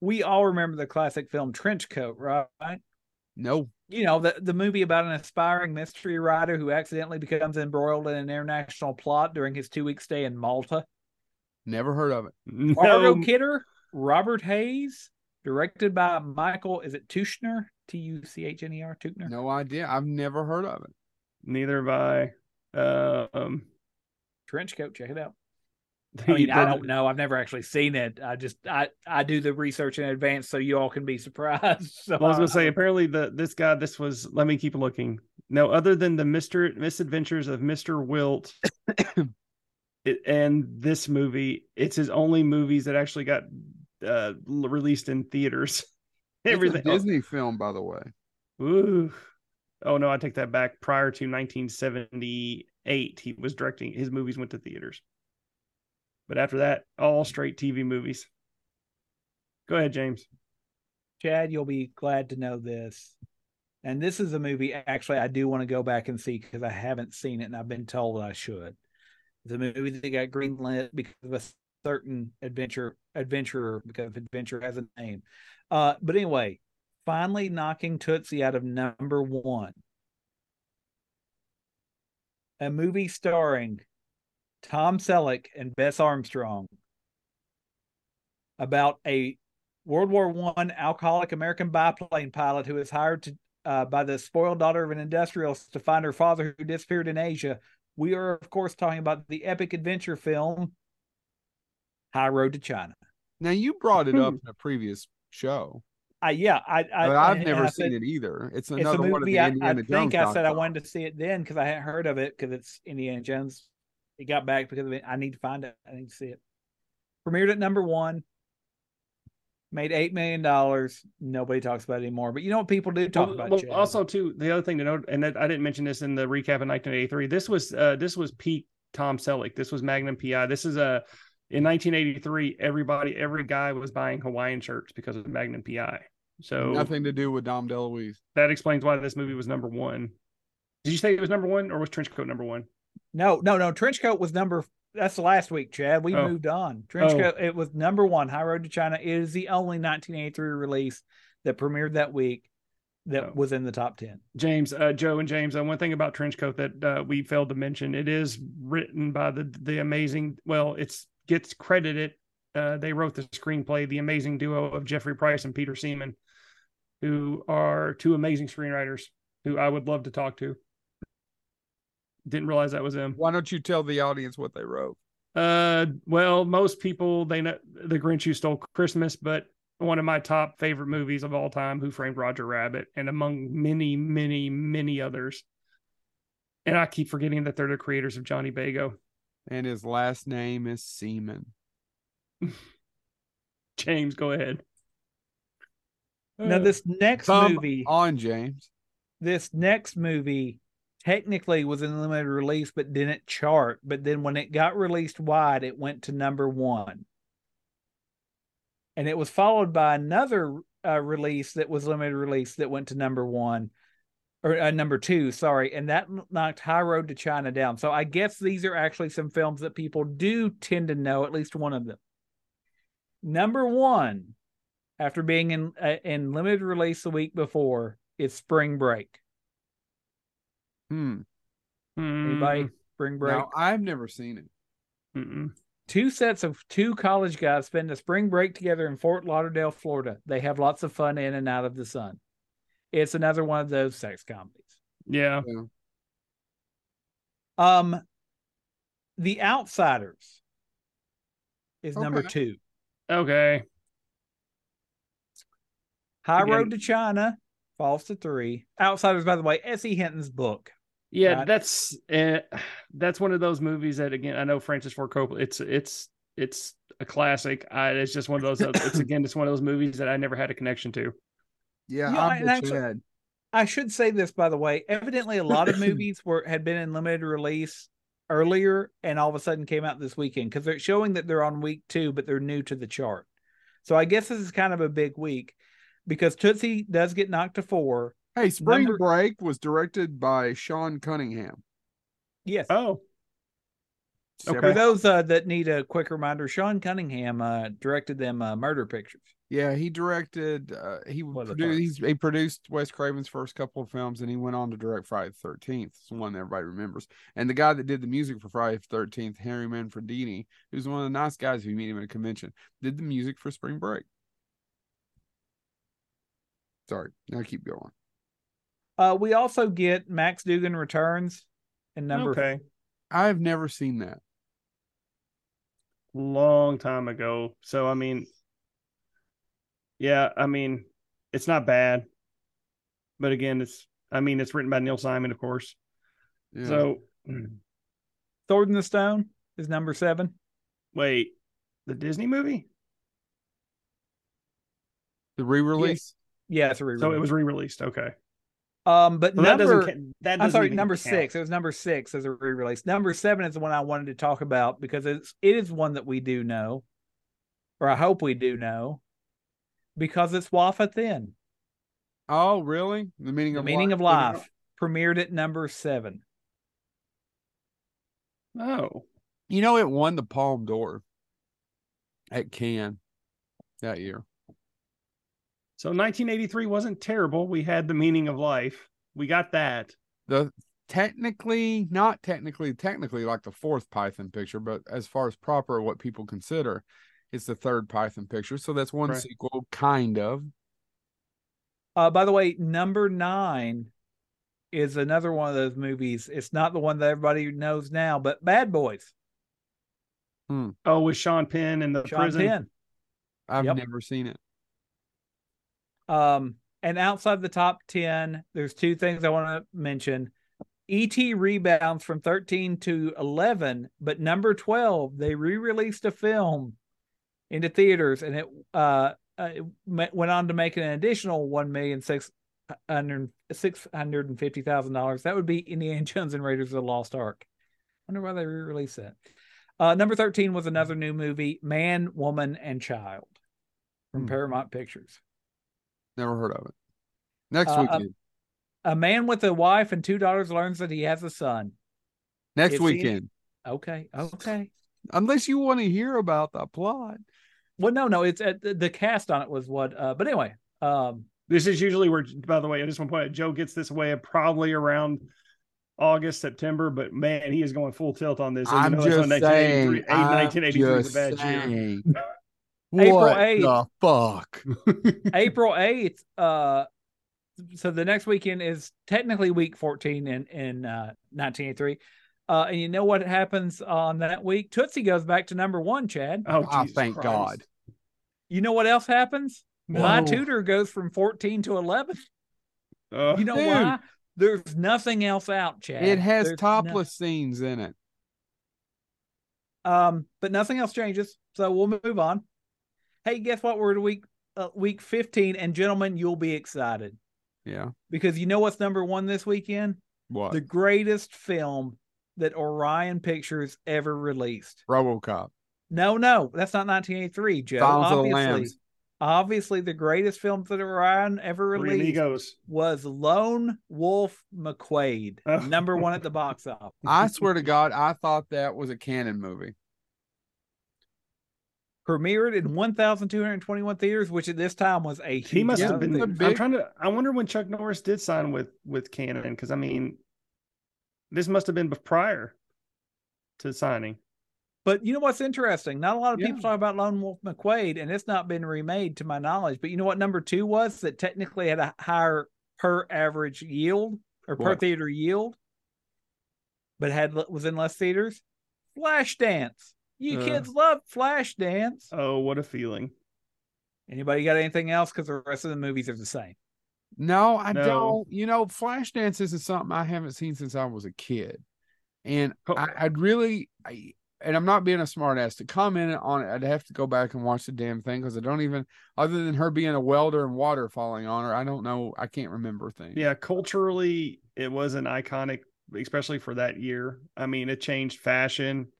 B: We all remember the classic film Trenchcoat, right?
A: No,
B: you know the, the movie about an aspiring mystery writer who accidentally becomes embroiled in an international plot during his two-week stay in malta
A: never heard of it.
B: margot
C: No,
B: kidder robert hayes directed by michael is it tushner t-u-c-h-n-e-r tuchner
A: No idea. I've never heard of it.
C: neither have I. Uh, um,
B: trench coat. Check it out.
C: <laughs>
B: I mean, I don't know. I've never actually seen it. I just I I do the research in advance so you all can be <laughs> surprised. So
C: Well, I was gonna say apparently the this guy this was let me keep looking. No, other than the Mister Misadventures of Mister Wilt, it, and this movie, it's his only movies that actually got uh, l- released in theaters. <laughs>
A: It's a
C: Everything. else-
A: Disney film, by the way.
C: Ooh. Oh no, I take that back. Prior to 1978, he was directing. His movies went to theaters, but after that, all straight TV movies. Go ahead, James.
B: Chad, you'll be glad to know this. And this is a movie actually I do want to go back and see because I haven't seen it and I've been told I should. The movie that got greenlit because of a certain adventure adventurer because adventure has a name. Uh, but anyway, finally knocking Tootsie out of number one. A movie starring Tom Selleck and Bess Armstrong about a World War One alcoholic American biplane pilot who is hired to uh, by the spoiled daughter of an industrialist to find her father who disappeared in Asia. We are, of course, talking about the epic adventure film High Road to China.
A: Now you brought it
C: <laughs>
A: up in a previous show,
B: I yeah, I, I
A: but I've
B: and
A: never
B: I
A: seen
B: said-
A: it either. It's
B: It's a
A: another one of the
B: movie. I, I
A: Indiana
B: think
A: Jones
B: I said I
A: knockoffs.
B: wanted to see it then because I hadn't heard of it because it's Indiana Jones. It got back because of it. I need to find it. I need to see it. Premiered at number one. Made eight million dollars. Nobody talks about it anymore. But you know what people do talk
C: Well,
B: about.
C: well,
B: Chad?
C: also too the other thing to note and that, i didn't mention this in the recap in 1983 this was uh this was peak tom selleck this was magnum pi this is a in 1983 everybody every guy was buying hawaiian shirts because of magnum pi so
A: Nothing to do with Dom DeLuise.
C: that explains why this movie was number one did you say it was number one or was trench coat number one
B: no, no, no. Trenchcoat was number. That's last week, Chad. We
C: Oh.
B: moved on.
C: Oh.
B: Trenchcoat. It was number one. High Road to China is the only 1983 release that premiered that week that
C: Oh.
B: was in the top ten.
C: James, uh, Joe, and James. Uh, one thing about Trenchcoat that uh, we failed to mention: it is written by the the amazing. Well, it's gets credited. Uh, they wrote the screenplay, the amazing duo of Jeffrey Price and Peter Seaman, who are two amazing screenwriters who I would love to talk to. Didn't realize that was them.
A: Why don't you tell the audience what they wrote?
C: Uh, well, most people they know the Grinch Who Stole Christmas, but one of my top favorite movies of all time, Who Framed Roger Rabbit, and among many, many, many others. And I keep forgetting that they're the creators of Johnny Bago. <laughs>
A: And his last name is Seaman.
C: James, go ahead. Oh.
B: Now this next
A: Thumb
B: movie.
A: on James.
B: this next movie technically was in limited release but didn't chart but then when it got released wide it went to number one and it was followed by another uh, release that was limited release that went to number one or uh, number two sorry and that knocked high road to china down so i guess these are actually some films that people do tend to know at least one of them number one after being in uh, in limited release the week before is spring break
A: Hmm.
C: Uh, hmm, Mm-hmm.
B: Anybody? Spring break.
A: Now I've never seen it.
C: Mm-mm.
B: Two sets of two college guys spend a spring break together in Fort Lauderdale, Florida. They have lots of fun in and out of the sun. It's another one of those sex comedies.
C: Yeah.
B: Um, The Outsiders is number
A: Okay.
B: two.
C: Okay.
B: High
C: Again-
B: Road to China falls to three. Outsiders, by the way, S.E. Hinton's book.
C: Yeah,
B: Got it.
C: that's uh, that's one of those movies that again I know Francis Ford Coppola. It's it's it's a classic. I, it's just one of those. It's
B: <coughs>
C: again, it's one of those movies that I never had a connection to.
A: Yeah,
B: You know,
A: I'm
B: and
A: with
B: actually-
A: Chad.
B: I should say this, by the way. Evidently, a
C: <clears throat>
B: lot of movies were had been in limited release earlier, and all of a sudden came out this weekend because they're showing that they're on week two, but they're new to the chart. So I guess this is kind of a big week because Tootsie does get knocked to four.
A: Hey, Spring
B: Number-
A: Break was directed by Sean Cunningham.
B: Yes.
C: Oh,
B: For
A: Separate-
B: those uh, that need a quick reminder, Sean Cunningham uh, directed them uh, Murder Pictures.
A: Yeah, he directed. Uh, he
B: One of the
A: produced.
B: first.
A: He's, he produced Wes Craven's first couple of films, and he went on to direct Friday the Thirteenth. It's the one everybody remembers. And the guy that did the music for Friday the Thirteenth, Harry Manfredini, who's one of the nice guys who meet him at a convention, did the music for Spring Break. Sorry, now keep going.
B: Uh, we also get Max Dugan returns and number
C: okay.
A: I've never seen that.
C: long time ago. So I mean, yeah, I mean, it's not bad, but again, it's I mean, it's written by Neil Simon, of course.
A: Yeah.
C: So <clears throat>
B: Sword in the Stone is number seven.
C: wait, the Disney movie?
A: the re-release.
B: Yeah, it's a re-release.
C: So it was re-released. Okay,
B: um, but
C: so that
B: number
C: doesn't ca- that
B: I'm
C: doesn't
B: sorry,
C: even
B: number
C: count.
B: six. It was number six as a re-release. Number seven is the one I wanted to talk about because it's it is one that we do know, or I hope we do know, because it's Wafa Thin.
A: Oh, really? The meaning
B: The
A: of
B: meaning
A: life.
B: of life premiered at number seven.
C: Oh,
A: You know, it won the Palm d'Or at Cannes that year.
C: so 1983 wasn't terrible. We had the meaning of life. We got that.
A: The technically, not technically, technically like the fourth Python picture, but as far as proper what people consider, it's the third Python picture. So that's one
C: Right.
A: sequel, kind of.
B: Uh, by the way, number nine is another one of those movies. It's not the one that everybody knows now, but Bad Boys.
C: Oh, with Sean Penn in the
B: Sean
C: prison.
B: Penn.
A: I've
B: Yep.
A: never seen it.
B: Um, and outside the top 10, there's two things I want to mention. ET rebounds from 13 to 11, but number 12, they re released a film into theaters and it, uh, uh, it ma- went on to make an additional one million six hundred six hundred and fifty thousand dollars. That would be Indiana <laughs> Jones and Raiders of the Lost Ark. Wonder why they re-released that. Uh, number thirteen was another new movie, Man, Woman, and Child, from
A: Hmm.
B: Paramount Pictures.
A: Never heard of it. Next
B: Uh,
A: weekend.
B: A man with a wife and two daughters learns that he has a son.
A: Next
B: it seems-
A: weekend.
B: Okay, okay.
A: Unless you want to hear about the plot.
B: Well, no, no, it's at the, the cast on it was what. Uh, but anyway,
A: <laughs>
B: um,
C: This is usually where, by the way, I just want to point out Joe gets this way probably around August, September, but man, he is going full tilt on this. even
A: I'm
C: though it's
A: just
C: on
A: saying.
C: 1983
A: I'm
C: 1983 is
A: just
C: a bad year. <laughs>
A: saying.
B: April
A: What
B: 8th.
A: the fuck?
B: April eighth. Uh, so the next weekend is technically week fourteen in in uh, nineteen eighty three. Uh, and you know what happens on that week? Tootsie goes back to number one. Chad,
C: Oh,
A: Ah,
C: Jesus
A: thank
C: Christ.
A: God.
B: you know what else happens? My tutor goes from fourteen to eleven.
C: Ugh.
B: You know
A: Dude.
B: why? There's nothing else out, Chad.
A: It has
B: There's no-
A: topless scenes in it.
B: Um, but nothing else changes, so we'll move on. Hey, guess what? We're to week uh, week fifteen, and gentlemen, you'll be excited
A: Yeah.
B: because you know what's number one this weekend?
A: What?
B: The greatest film that Orion Pictures ever released.
A: RoboCop.
B: No, no, that's not 1983, Joe.
A: Silence of the
B: obviously,
A: Lambs.
B: obviously, the greatest film that Orion ever
C: Three
B: released
C: amigos.
B: was Lone Wolf
C: <laughs>
B: McQuade,
C: Oh.
B: number one at the box office.
C: <laughs>
A: I swear to God, I thought that was a canon movie.
B: Premiered in 1,221 theaters, which at this time was a huge
C: He must
A: Yeah,
C: have been.
A: it's a
C: I'm
A: big-
C: trying to. I wonder when Chuck Norris did sign with with Canon because I mean, this must have been bef- prior to signing.
B: But you know what's interesting? Not a lot of people
A: Yeah.
B: talk about Lone Wolf McQuade, and it's not been remade to my knowledge. But you know what number two was that technically had a higher per average yield or per
A: What?
B: theater yield, but had was in less theaters? Flashdance. You
A: Uh.
B: kids love Flashdance.
C: Oh, what a feeling!
B: Anybody got anything else? Because the rest of the movies are the same.
A: No, I
C: No.
A: don't. You know, Flashdance isn't something I haven't seen since I was a kid. And
C: Oh.
A: I, I'd really, I, and I'm not being a smartass to comment on it. I'd have to go back and watch the damn thing because I don't even, other than her being a welder and water falling on her, I don't know. I can't remember things.
C: Yeah, culturally, it was an iconic, especially for that year. I mean, it changed fashion.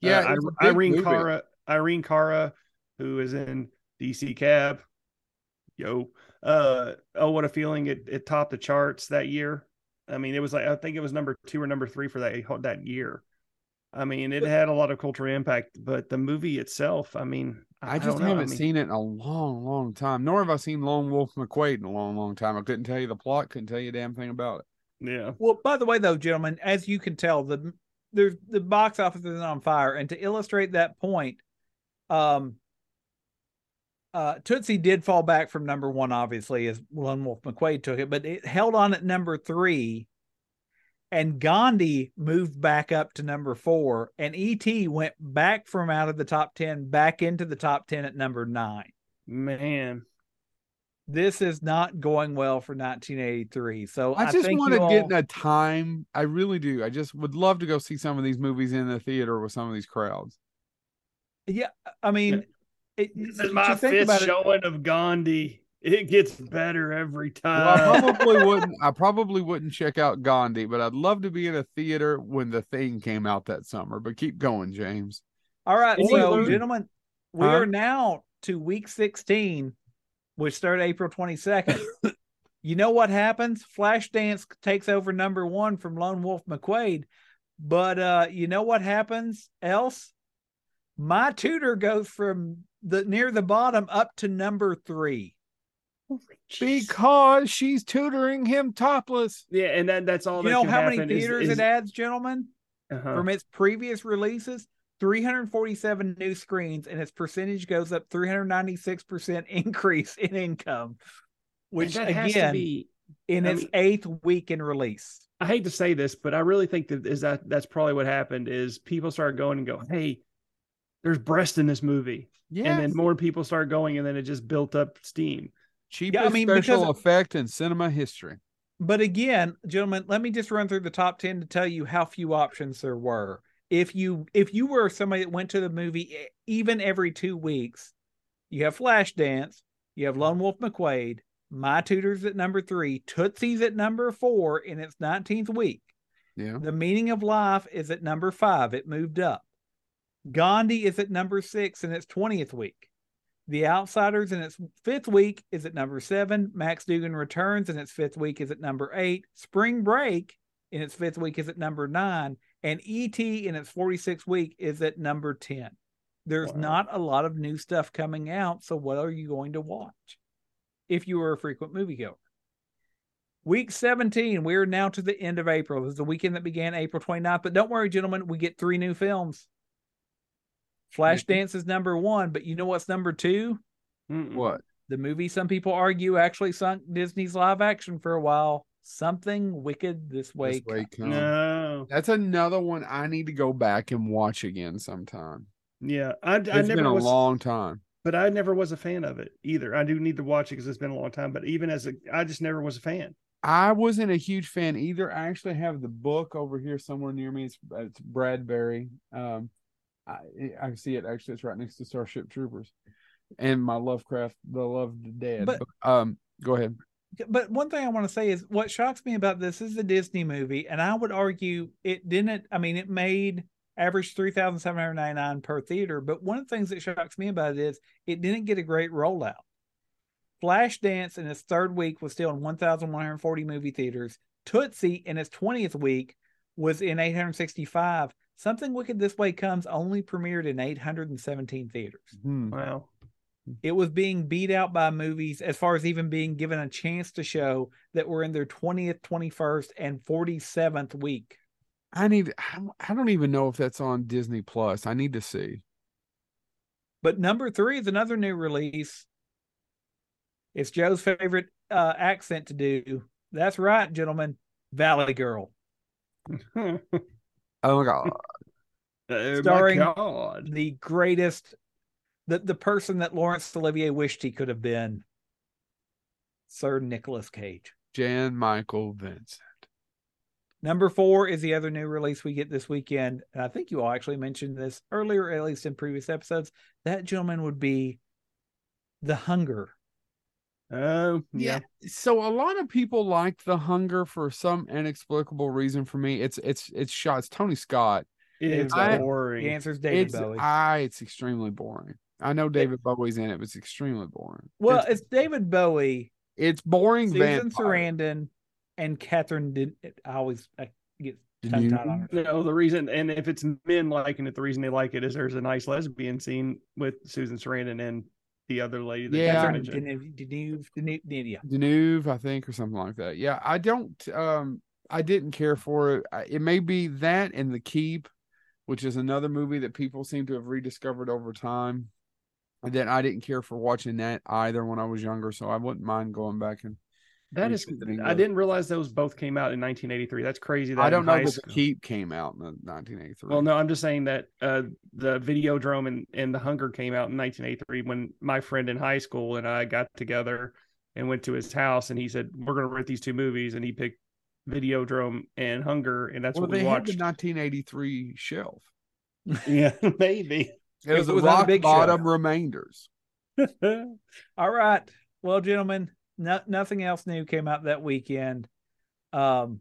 A: Yeah.
C: Uh,
A: it was a
C: I-
A: big
C: Irene
A: movie.
C: Cara, Irene Cara, who is in DC Cab. Yo, uh, oh, what a feeling! It it topped the charts that year. I mean, it was like I think it was number two or number three for that that year. I mean, it had a lot of cultural impact, but the movie itself, I mean,
A: I
C: don't
A: just
C: know. I
A: haven't
C: mean,
A: seen it in a long, long time. Nor have I seen Lone Wolf McQuade in a long, long time. I couldn't tell you the plot, couldn't tell you a damn thing about it.
C: Yeah,
B: Well, by the way, though, gentlemen, as you can tell, the there's the box office is on fire, and to illustrate that point, um, uh, Tootsie did fall back from number one, obviously, as Lone Wolf McQuade took it, but it held on at number three, and Gandhi moved back up to number four, and ET went back from out of the top 10 back into the top 10 at number nine.
C: Man.
B: This is not going well for 1983. So
A: I just
B: think
A: want to
B: you all-
A: get in a time. I really do. I just would love to go see some of these movies in the theater with some of these crowds.
B: I mean,
C: Yeah.
B: it,
C: This
B: if
C: is
B: you
C: my
B: think
C: fifth
B: about it-
C: showing of Gandhi. It gets better every
A: Well, I
C: <laughs> time.
A: probably wouldn't. I probably wouldn't check out Gandhi, but I'd love to be in a theater when the thing came out that summer. But keep going, James.
B: All right,
C: Any
B: so
C: other-
B: gentlemen, we
A: Huh?
B: are now to week 16, which started April 22nd. you know what happens? Flashdance takes over number one from Lone Wolf McQuade. But uh, you know what happens else? My tutor goes from the near the bottom up to number three.
A: Because she's tutoring him topless.
C: yeah, and that, that's all
B: you
C: that
B: know
C: can
B: how many
C: happen is-
B: theaters
C: is-
B: it adds, gentlemen?
C: uh-huh.
B: from its previous releases 347 new screens and its percentage goes up 396% <laughs> increase in income which
C: And that has to
B: again
C: be-
B: in
C: I
B: its
C: mean-
B: eighth week in release
C: I hate to say this, but I really think that is that that's probably what happened is people started going and go, hey, there's breast in this movie,
A: Yes.
C: and then more people started going, and then it just built up steam.
A: cheapest
B: mean,
A: special
B: because-
A: effect in cinema history.
B: But again, gentlemen, let me just run through the top 10 to tell you how few options there were. If you if you were somebody that went to the movie e- even every 2 weeks, you have Flashdance, you have Lone Wolf McQuade, My Tutor's at number 3, Tootsie's at number 4 in its 19th week.
A: Yeah.
B: The Meaning of Life is at number 5, it moved up. Gandhi is at number 6 in its 20th week. The Outsiders in its fifth week is at number seven. Max Dugan Returns in its fifth week is at number eight. Spring Break in its fifth week is at number nine. And ET in its 46th week is at number 10. There's
C: Wow.
B: not a lot of new stuff coming out. So, what are you going to watch if you are a frequent moviegoer? Week 17, we are now to the end of April. This is the weekend that began April 29th. But don't worry, gentlemen, we get three new films. Flashdance is number one, but you know what's number two?
C: Mm-mm.
A: What?
B: The movie some people argue actually sunk Disney's live action for a while. Something wicked this way.
A: This way come.
C: No.
A: That's another one I need to go back and watch again sometime.
C: Yeah, I, I
A: It's been
C: never
A: a
C: was,
A: long time.
C: but I never was a fan of it either. I do need to watch it because it's been a long time. But even as a, I just never was a fan.
A: I wasn't a huge fan either. I actually have the book over here somewhere near me. It's it's Bradbury. Um, I I see it actually. It's right next to Starship Troopers, and my Lovecraft, the Loved Dead.
B: But-
A: um, go ahead.
B: But one thing I want to say is what shocks me about this is a Disney movie, and I would argue it didn't. I mean, it made average three thousand seven hundred ninety nine per theater. But one of the things that shocks me about it is it didn't get a great rollout. Flashdance in its third week was still in one thousand one hundred forty movie theaters. Tootsie in its twentieth week was in eight hundred sixty five. Something Wicked This Way Comes only premiered in 817 theaters
A: Hmm.
C: Wow.
B: it was being beat out by movies as far as even being given a chance to show that were in their 20th 21st and 47th week
A: I need. I don't- I don't even know if that's on Disney Plus. I need to see.
B: but number three is another new release it's joe's favorite uh, accent to do that's right gentlemen valley girl
C: <laughs> oh
A: Oh my god!
B: Starring-
C: my God.
B: the greatest the, the person that laurence olivier wished he could have been sir nicholas cage
A: Jan Michael Vincent.
B: Number four is the other new release we get this weekend. And I think you all actually mentioned this earlier, at least in previous episodes. That gentleman would be The Hunger.
C: Oh yeah.
A: So a lot of people liked The Hunger for some inexplicable reason. For me, it's it's it's shot. It's Tony Scott.
C: It's
A: I-
B: The
C: boring.
B: answer is David
A: it's,
B: Bowie.
A: I, it's extremely boring. I know David Bowie's in it, but it's extremely boring.
B: well, it's, David Bowie,
A: It's boring.
B: Susan
A: vampire.
B: Sarandon, and Catherine. Did I always I get tongue tied on her.
C: No, the reason, and if it's men liking it, the reason they like it is there's a nice lesbian scene with Susan Sarandon and the other lady. That you
A: Yeah.
B: Catherine
C: mentioned.
B: Deneuve, Deneuve, Deneuve, Deneuve.
A: Deneuve, I think, or something like that. Yeah, I don't. Um, I didn't care for it. I, it may be that and The Keep, which is another movie that people seem to have rediscovered over time. That I didn't care for watching that either when I was younger, so I wouldn't mind going back and
C: That is,
A: Recently,
C: I didn't realize those both came out in 1983. That's crazy. That
A: I
C: in
A: don't know
C: high
A: that the
C: school-
A: keep came out in 1983.
C: Well, no, I'm just saying that uh, the Videodrome and, and The Hunger came out in 1983 when my friend in high school and I got together and went to his house and he said, We're going to rent these two movies. And he picked Videodrome and Hunger. And that's
A: well,
C: what we
A: they had
C: <laughs> watched.
A: the 1983 shelf.
C: yeah, maybe.
A: It was,
C: It
A: a
C: was on a
A: rock
C: big
A: bottom remainders.
B: <laughs> All right. Well, gentlemen, no, nothing else new came out that weekend. Um,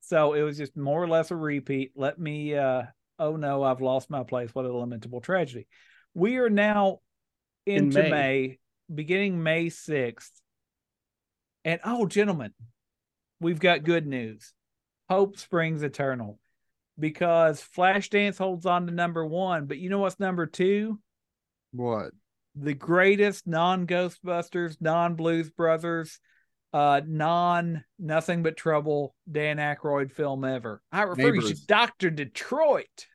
B: so it was just more or less a repeat. Let me uh oh no, I've lost my place. What a lamentable tragedy. We are now
C: In
B: into
C: May.
B: May, beginning May 6th. And oh, gentlemen, we've got good news. Hope springs eternal because Flashdance holds on to number one, but you know what's number two?
A: What?
B: the greatest non Ghostbusters, non Blues Brothers, uh, non Nothing But Trouble Dan Aykroyd film ever. I refer you
A: Neighbors.
B: to Doctor Detroit.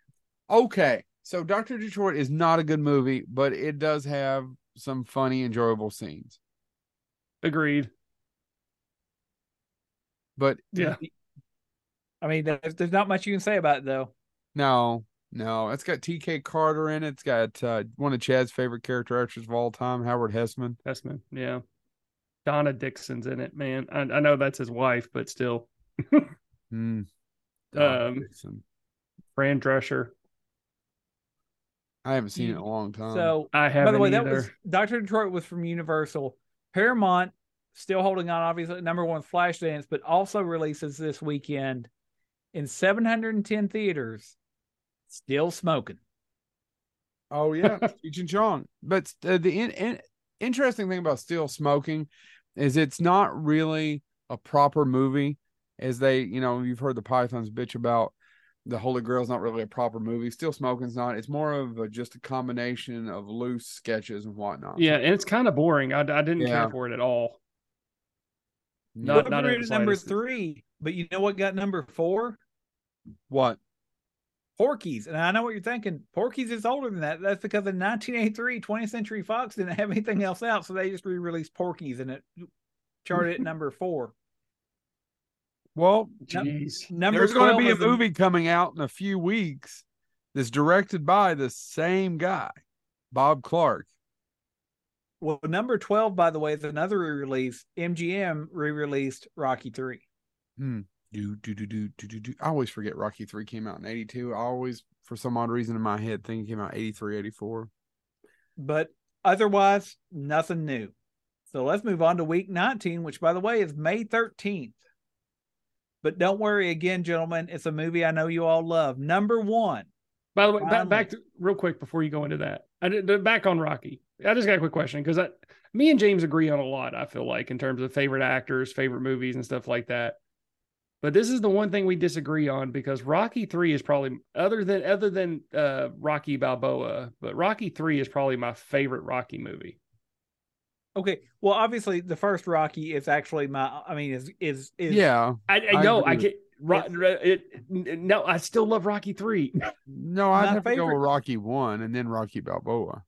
A: Okay. So Dr. Detroit is not a good movie, but it does have some funny, enjoyable scenes.
C: Agreed.
A: But
C: Yeah.
B: I mean, there's, there's not much you can say about it though.
A: no, no. It's got TK Carter in it. It's got uh, one of Chad's favorite character actors of all time, Howard Hessman.
C: That's man. Yeah. Donna Dixon's in it, man. I, I know that's his wife, but still.
A: Hmm.
C: Um,
A: Dixon.
C: Fran Drescher.
A: I haven't seen it in a long time.
B: so,
C: I haven't
B: by the way,
C: either.
B: that was Doctor Detroit was from Universal. Paramount still holding on, obviously at number one Flashdance, but also releases this weekend in 710 theaters. Still smoking.
A: Oh yeah, Cheech and Chong. But uh, the in, in, interesting thing about Still Smoking is it's not really a proper movie, as they you know you've heard the Pythons bitch about the Holy Grail's not really a proper movie. Still Smoking's not. It's more of a, just a combination of loose sketches and whatnot.
C: yeah, and it's kind of boring. I, I didn't
A: Yeah.
C: care for it at all.
A: Yeah.
B: Whoever
C: Not- in the
B: rated number
C: slightest.
B: three, but you know what got number four?
A: what?
B: Porky's. And I know what you're thinking. Porky's is older than that. That's because in 1983, 20th Century Fox didn't have anything else out, so they just re-released Porky's and it charted at
A: <laughs>
B: number four.
A: Well,
B: Yep.
C: Jeez.
B: Number
A: there's going
B: 12
A: to be a
B: is the-
A: movie coming out in a few weeks that's directed by the same guy, Bob Clark.
B: well, number twelve, by the way, is another re-release. MGM re-released Rocky Three.
A: do do do do do do do. I always forget Rocky 3 came out in 82. I always for some odd reason in my head think it came out 83 84.
B: But otherwise, nothing new. So let's move on to week 19, which, by the way, is May 13th. But don't worry again, gentlemen. It's a movie I know you all love. Number one.
C: By the way, back,
B: Finally.
C: back to, real quick before you go into that. I did, back on Rocky. I just got a quick question because I, me and James agree on a lot. I feel like in terms of favorite actors, favorite movies, and stuff like that. But this is the one thing we disagree on because Rocky Three is probably other than other than uh, Rocky Balboa, but Rocky Three is probably my favorite Rocky movie.
B: Okay. Well, obviously, the first Rocky is actually my, I mean, is, is, is,
A: Yeah.
C: I, I
A: I
C: know
A: agree
C: I
A: with-
C: get. Ro- uh, it, n- no, I still love Rocky Three.
A: No, I'd
B: My
A: have to go
B: favorite-
A: with Rocky 1 and then Rocky Balboa.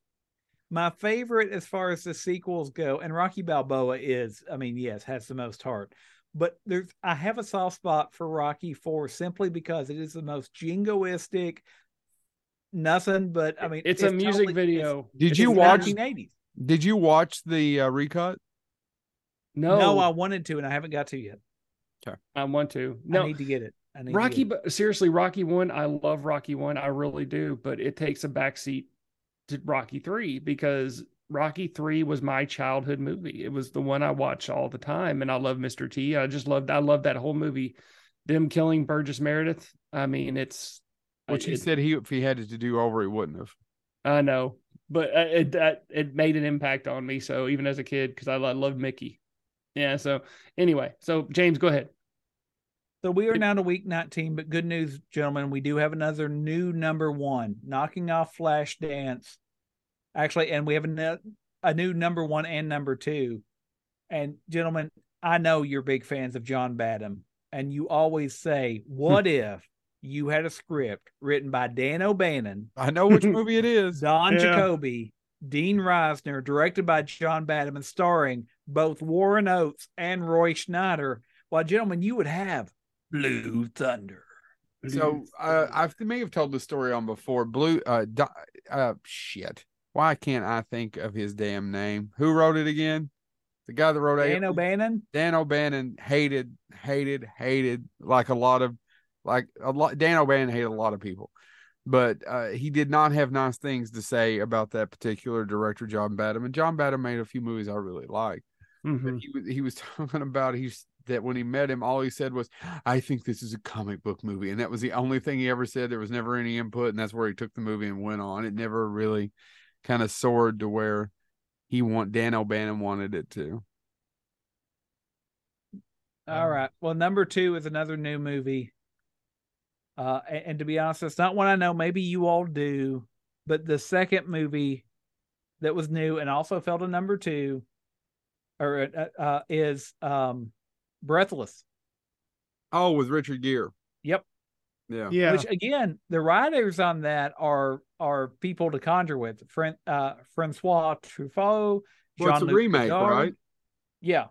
B: my favorite as far as the sequels go and rocky balboa is i mean yes has the most heart but there's i have a soft spot for rocky 4 simply because it is the most jingoistic nothing but i mean
C: it's, a music
B: totally- it's-
C: video.
A: Did
C: It's
A: you
B: it's
C: not-
A: watch-
B: 1980s
A: Did you watch the uh, recut?
C: No,
B: no. i
C: I,
B: wanted to and i haven't got to yet
C: want to.
B: i
C: No,
B: need to get it I need to
C: Rocky,
B: get
C: but seriously, Rocky one, I love Rocky one, I really do, but it takes a backseat to Rocky three because Rocky three was my childhood movie. It was the one I watched all the time, and I love Mr. T. I just loved, I love that whole movie. Them killing Burgess Meredith. I mean, it's
A: Which he
C: it-
A: said he if he had it to do over, he wouldn't have.
C: I know, but uh, it that it made an impact on me. So even as a kid, because I lo- loved Mickey. Yeah. So anyway, so James, go ahead.
B: So we are now to week 19, but good news, gentlemen, we do have another new number one, knocking off Flash Dance. Actually, and we have a, ne- a new number one and number two. And gentlemen, I know you're big fans of John Badham, and you always say, "What if you had a script written by Dan O'Bannon, <laughs>
A: I know which movie it is.
B: Don
C: Yeah.
B: Jacoby, Dean Reisner, directed by John Badham and starring both Warren Oates and Roy Schneider. Well, gentlemen, you would have Blue Thunder.
A: So uh, I may have told the story on before. Blue, uh, Do- uh, shit. Why can't I think of his damn name? Who wrote it again? The guy that wrote
B: Dan
A: A-
B: O'Bannon.
A: Dan O'Bannon hated, hated, hated like a lot of, like a lot. Dan O'Bannon hated a lot of people, but uh, he did not have nice things to say about that particular director, John Badham. And John Badham made a few movies I really liked
C: Mhm.
A: but he was he was <laughs> talking about he's that when he met him, all he said was, "I think this is a comic book movie," and that was the only thing he ever said. There was never any input, and that's where he took the movie and went on. It never really kind of soared to where he want Dan O'Bannon wanted it to.
B: All right. Well, number two is another new movie. Uh, a- and, to be honest, it's not one I know. Maybe you all do, but the second movie that was new and also fell to number two, or uh, uh, is um, Breathless.
A: Oh, with Richard Gere.
B: Yep.
A: Yeah.
C: yeah.
B: Which again, the writers on that are are people to conjure with. Fran, uh, Francois Truffaut.
A: Well, it's a
B: Jean-Luc
A: remake,
B: Godard.
A: right?
B: Yeah.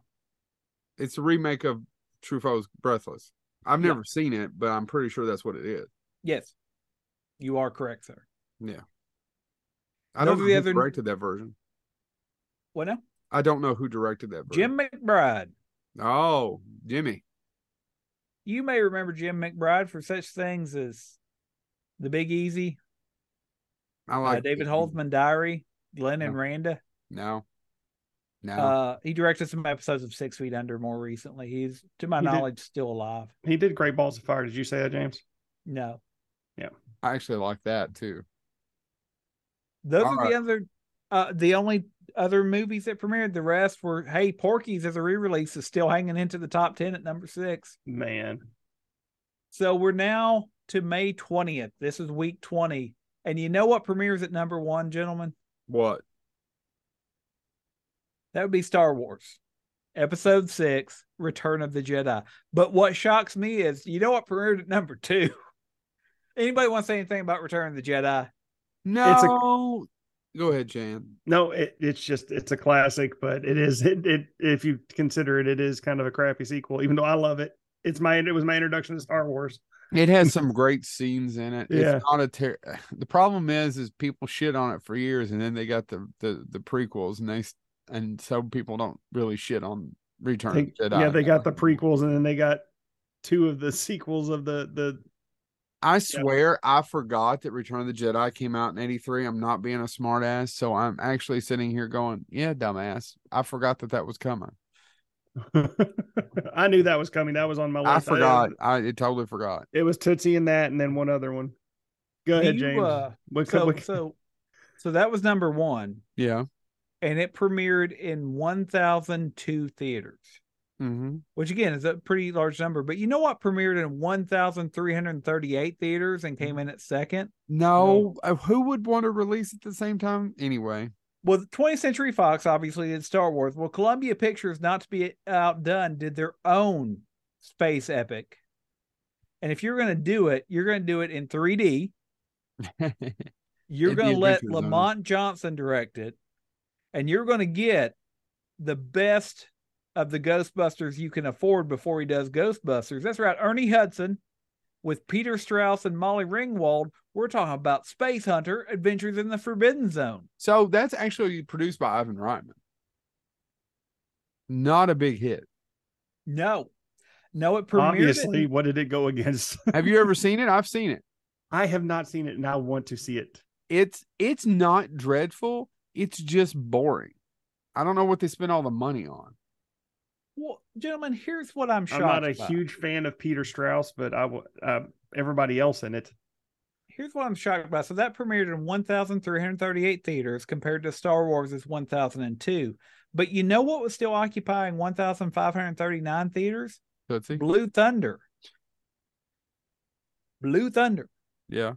A: It's a remake of Truffaut's Breathless. I've
B: Yeah.
A: never seen it, but I'm pretty sure that's what it is.
B: Yes. You are correct, sir.
A: I
B: Those
A: don't
B: are
A: know
B: the
A: who
B: other-
A: directed that version.
B: What now?
A: I don't know who directed that version.
B: Jim McBride.
A: Oh, Jimmy.
B: you may remember Jim McBride for such things as The Big Easy,
A: I
B: uh,
A: like
B: David
A: Jimmy.
B: Holzman Diary, Glenn and
A: No.
B: Randa.
A: No. No.
B: Uh, he directed some episodes of Six Feet Under more recently. He's, to my
C: He did.
B: knowledge, still alive.
C: He did Great Balls of Fire. Did you say that, James?
B: No,
A: I actually like that too.
B: those
A: All
B: are the other, uh, the only other movies that premiered. The rest were, hey, Porky's as a re-release is still hanging into the top ten at number six.
C: Man.
B: So we're now to May twentieth. This is week twenty, and you know what premieres at number one, gentlemen?
A: What?
B: That would be Star Wars, Episode Six: Return of the Jedi. But what shocks me is, you know what premiered at number two? <laughs> Anybody want to say anything about Return of the Jedi?
A: No. Go ahead, Jan.
C: No, it, it's just it's a classic, but it is it, it if you consider it, it is kind of a crappy sequel, even though I love it. It's my it was my introduction to Star Wars.
A: It has some great scenes in it.
C: Yeah.
A: It's not a ter- <sighs> the problem is is people shit on it for years and then they got the the, the prequels and they s- and so people don't really shit on Return
C: They-
A: of the Jedi.
C: yeah, they got the prequels and then they got two of the sequels of the the
A: I swear I forgot that Return of the Jedi came out in 83. I'm not being a smart ass, so I'm actually sitting here going, yeah, dumbass. I forgot that that was coming.
C: <laughs> I knew that was coming. That was on my list.
A: I forgot. I, I totally forgot.
C: It was Tootsie and that, and then one other one. Go
B: Do
C: ahead,
B: you,
C: James.
B: uh,
C: What-
B: So,
C: what-
B: so, so that was number one,
A: Yeah.
B: and it premiered in one thousand two theaters,
A: Mm-hmm.
B: which again is a pretty large number. But you know what premiered in one thousand three hundred thirty-eight theaters and came in at second?
A: No, uh, who would want to release at the same time anyway? <laughs>
B: Well, the 20th Century Fox obviously did Star Wars. Well, Columbia Pictures, not to be outdone, did their own space epic. And if you're going to do it, you're going to do it in 3D. You're
A: In the
B: going to let
A: Adventure Zone.
B: Lamont Johnson direct it, and you're going to get the best of the Ghostbusters you can afford before he does Ghostbusters. That's right, Ernie Hudson with Peter Strauss and Molly Ringwald. We're talking about Space Hunter: Adventures in the Forbidden Zone.
A: so that's actually produced by Ivan Reitman. Not a big hit.
B: No, no, it premiered.
C: obviously,
B: in-
C: what did it go against? <laughs>
A: Have you ever seen it? I've seen it.
C: I have not seen it, and I want to see it.
A: It's it's not dreadful. It's just boring. I don't know what they spend all the money on.
B: well, gentlemen, here's what I'm shocked.
C: I'm not a
B: by.
C: huge fan of Peter Strauss, but I w- uh, everybody else in it.
B: Here's what I'm shocked by. So that premiered in 1,338 theaters compared to Star Wars is 1,002. But you know what was still occupying 1,539 theaters?
A: Tootsie?
B: Blue Thunder. Blue Thunder.
A: Yeah.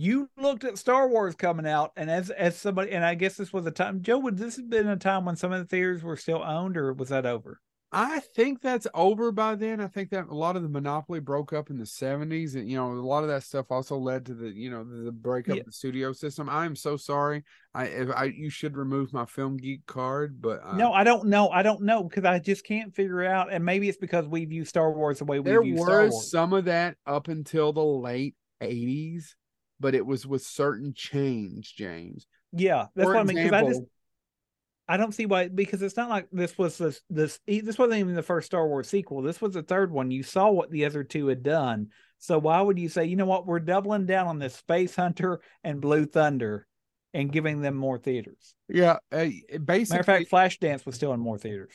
B: You looked at Star Wars coming out, and as as somebody, and I guess this was a time, Joe, would this have been a time when some of the theaters were still owned, or was that over?
A: I think that's over by then. I think that a lot of the monopoly broke up in the 70s and you know a lot of that stuff also led to the you know the, the breakup
B: Yeah.
A: of the studio system. I am so sorry. I if I you should remove my film geek card, but uh,
B: no, I don't know. I don't know because I just can't figure out. And maybe it's because we view Star Wars the way we
A: there
B: view Star
A: was
B: Wars.
A: some of that up until the late 80s, but it was with certain change, James.
B: yeah, that's
A: For
B: what I mean. Because I just
A: example-
B: I don't see why because it's not like this was this this e, this wasn't even the first Star Wars sequel. This was the third one. You saw what the other two had done. So why would you say, you know what, we're doubling down on this Space Hunter and Blue Thunder and giving them more theaters?
A: Yeah, uh, it basically
B: Matter of fact, Flashdance was still in more theaters.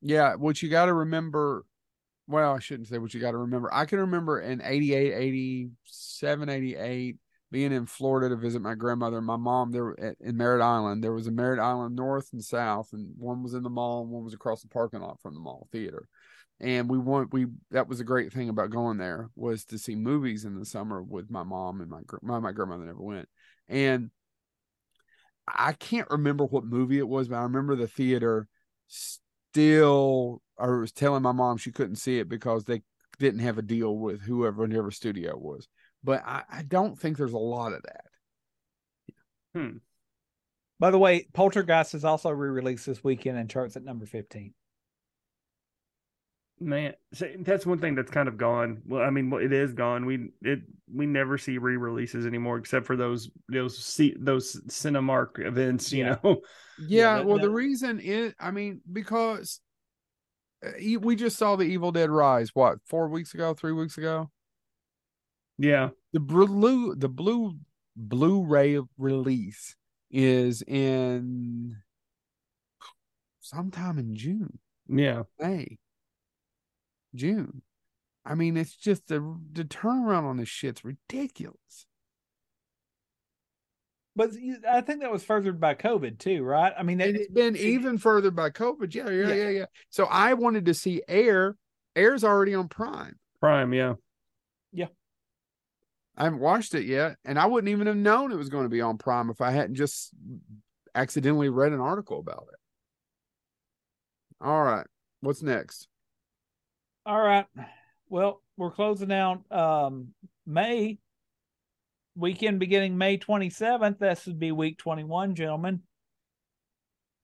A: Yeah, what you got to remember. Well, I shouldn't say what you got to remember. I can remember in 88, 87, 88, being in Florida to visit my grandmother and my mom there were- at- in Merritt Island. There was a Merritt Island north and south, and one was in the mall and one was across the parking lot from the mall theater. And we want we that was a great thing about going there was to see movies in the summer with my mom and my gr- my, my grandmother never went. And I can't remember what movie it was, but I remember the theater still I was telling my mom she couldn't see it because they didn't have a deal with whoever whatever studio it was. But I, I don't think there's a lot of that.
B: By the way, Poltergeist is also re-released this weekend and charts at number fifteen.
C: Man, so that's one thing that's kind of gone. Well, I mean, well, it is gone. We it we never see re-releases anymore, except for those those see those Cinemark events. You
B: Yeah.
C: know, <laughs>
A: Yeah,
B: that-
A: well, the
B: that-
A: reason is, I mean, because uh, e- we just saw the Evil Dead Rise. What four weeks ago, three weeks ago?
C: yeah,
A: The blue, the blue, Blu-ray release is in sometime in June.
C: yeah.
A: May, June. I mean, it's just the the turnaround on this shit's ridiculous.
B: But you- I think that was furthered by COVID too, right? I mean, that,
A: And it's been
B: it-
A: even further by COVID. Yeah, yeah,
B: Yeah.
A: yeah, yeah. So I wanted to see Air. Air's already on Prime.
C: Prime, yeah.
A: I haven't watched it yet, and I wouldn't even have known it was going to be on Prime if I hadn't just accidentally read an article about it. All right, what's next?
B: All right. Well, we're closing out um May weekend beginning May 27th. This would be week 21, gentlemen.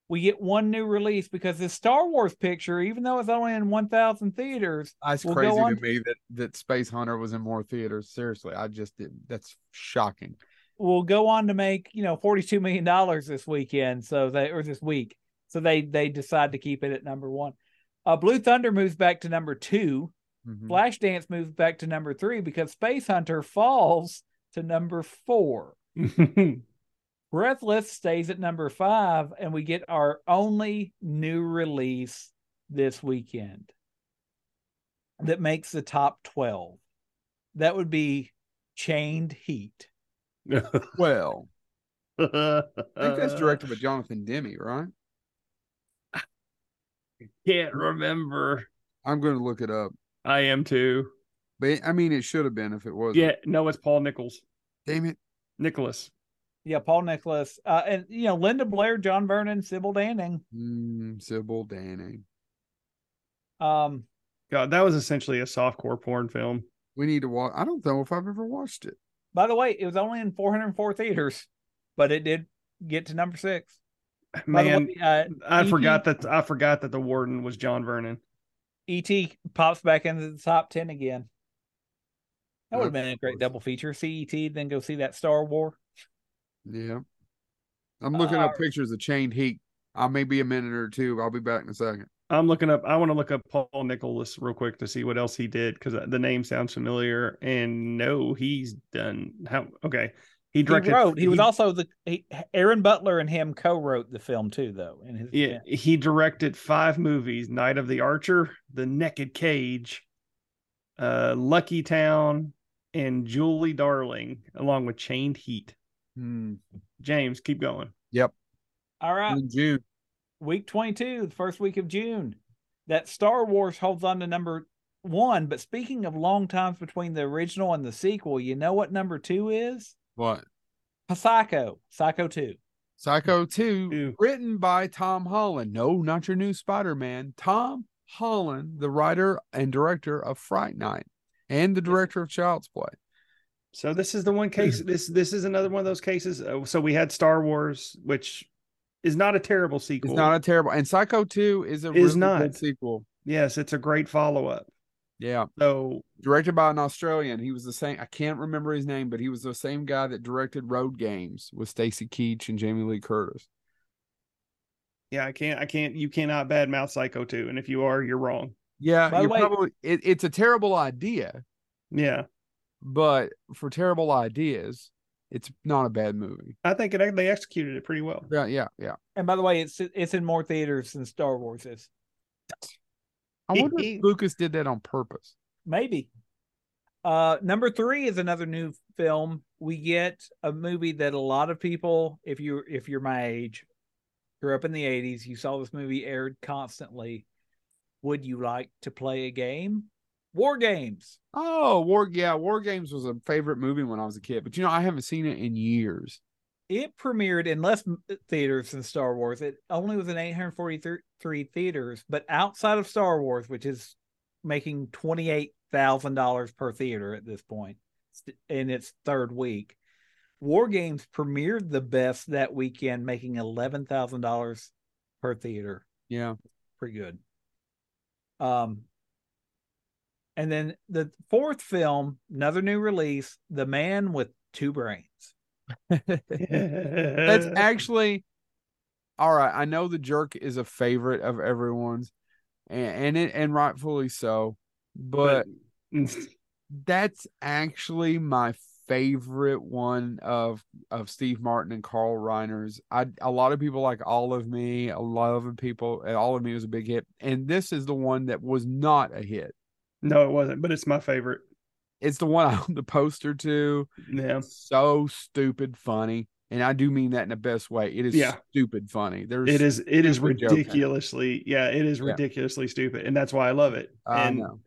B: We get one new release because this Star Wars picture, even though it's only in 1,000 theaters,
A: That's
B: We'll go
A: crazy
B: on
A: to
B: to-
A: me that that Space Hunter was in more theaters. Seriously, I just did. That's shocking.
B: will go on to make, you know, $42 million this weekend. So they, or this week. So they, they decide to keep it at number one. Uh, Blue Thunder moves back to number two.
A: Mhm.
B: Flashdance moves back to number three because Space Hunter falls to number four. Breathless stays at number five, and we get our only new release this weekend that makes the top 12. That would be Chained Heat.
A: Well, I think that's
C: that's
A: directed by Jonathan Demme, right?
C: <laughs> Can't remember.
A: I'm going to look it up.
C: I am too.
A: But I mean, it should have been if it wasn't.
C: Yeah, no, it's Paul Nichols.
A: Damn it.
C: Nicholas.
B: Yeah, Paul Nicholas. Uh, and, you know, Linda Blair, John Vernon, Sybil Danning.
A: Mm, Sybil Danning.
B: Um,
C: God, that was essentially a softcore porn film.
A: We need to watch. I don't know if I've ever watched it.
B: by the way, it was only in 404 theaters, but it did get to number six. By
C: Man,
B: the way, uh,
C: I
B: EP
C: forgot that I forgot that the warden was John Vernon.
B: ET E pops back into the top ten again. That would have been a great
A: Awesome.
B: double feature. See ET, then go see that Star War.
A: Yeah. I'm looking up
C: Uh,
B: Alright.
A: pictures of Chained Heat. I may be a minute or two. I'll be back in a second.
C: I'm looking up. I want to look up Paul Nicholas real quick to see what else he did because the name sounds familiar. And no, he's done. How? Okay, he
B: He
C: directed.
B: wrote. He, was also the he, Aaron Butler and him co-wrote the film too, though. In his
C: Yeah, he directed five movies: Night of the Archer, The Naked Cage, uh, Lucky Town, and Julie Darling, along with Chained Heat.
A: Hmm.
C: James, keep going.
B: All
C: Uh,
B: right,
A: In June.
B: week twenty-two, the first week of June. That Star Wars holds on to number one. But speaking of long times between the original and the sequel, you know what number two is?
A: What?
B: Psycho. Psycho Two.
A: Psycho 2,
C: Two.
A: written by Tom Holland. No, not your new Spider Man. Tom Holland, the writer and director of Fright Night and the director of Child's Play.
C: So this is the one case.
A: Mm-hmm.
C: This this is another one of those cases. Uh, so we had Star Wars, which is not a terrible sequel.
A: It's not a terrible and Psycho 2 is a
C: Is
A: really good
C: not.
A: sequel.
C: yes, it's a great follow up.
A: Yeah.
C: So
A: Directed by an Australian. He was the same I can't remember his name, but he was the same guy that directed Road Games with Stacy Keach and Jamie Lee Curtis.
C: yeah, I can't. I can't. You cannot badmouth Psycho two, and if you are, you're wrong.
A: Yeah,
B: By the
A: you
B: way-
A: probably it, it's a terrible idea,
C: Yeah,
A: but for terrible ideas, it's not a bad movie.
C: I think it, they executed it pretty well.
A: Yeah, yeah, yeah.
B: And by the way, it's it's in more theaters than Star Wars is.
A: I wonder if Lucas did that on purpose.
B: Maybe. Uh, number three is another new film. We get a movie that a lot of people, if you if you're my age, grew up in the '80s, you saw this movie aired constantly. Would you like to play a game? War games.
A: Oh, War yeah, War Games was a favorite movie when I was a kid, but you know I haven't seen it in years.
B: It premiered in less m- uh, theaters than Star Wars. It only was in 843 theaters, but outside of Star Wars, which is making $28,000 per theater at this point st- in its third week, War Games premiered the best that weekend, making $11,000 per theater.
A: Yeah,
B: Pretty good. Um, and then the fourth film, another new release, The Man with Two Brains.
A: that's
C: <laughs> That's
A: actually all right. I know the jerk is a favorite of everyone's, and and, it, and rightfully so, but that's actually my favorite one of of Steve Martin and Carl Reiner's. I a lot of people like All of Me, a lot of people and All of Me was a big hit. And this is the one that was not a hit.
C: <laughs> no, it wasn't. But it's my favorite.
A: It's the one <laughs> I own the poster to.
C: Yeah,
A: So stupid funny. And I do mean that in the best way. It is
C: Yeah.
A: stupid funny. There's
C: it is. It is
A: Stupid joke, man.
C: ridiculously. Yeah, it is
A: Yeah.
C: ridiculously stupid, and that's why I love it.
A: I
C: and
A: know.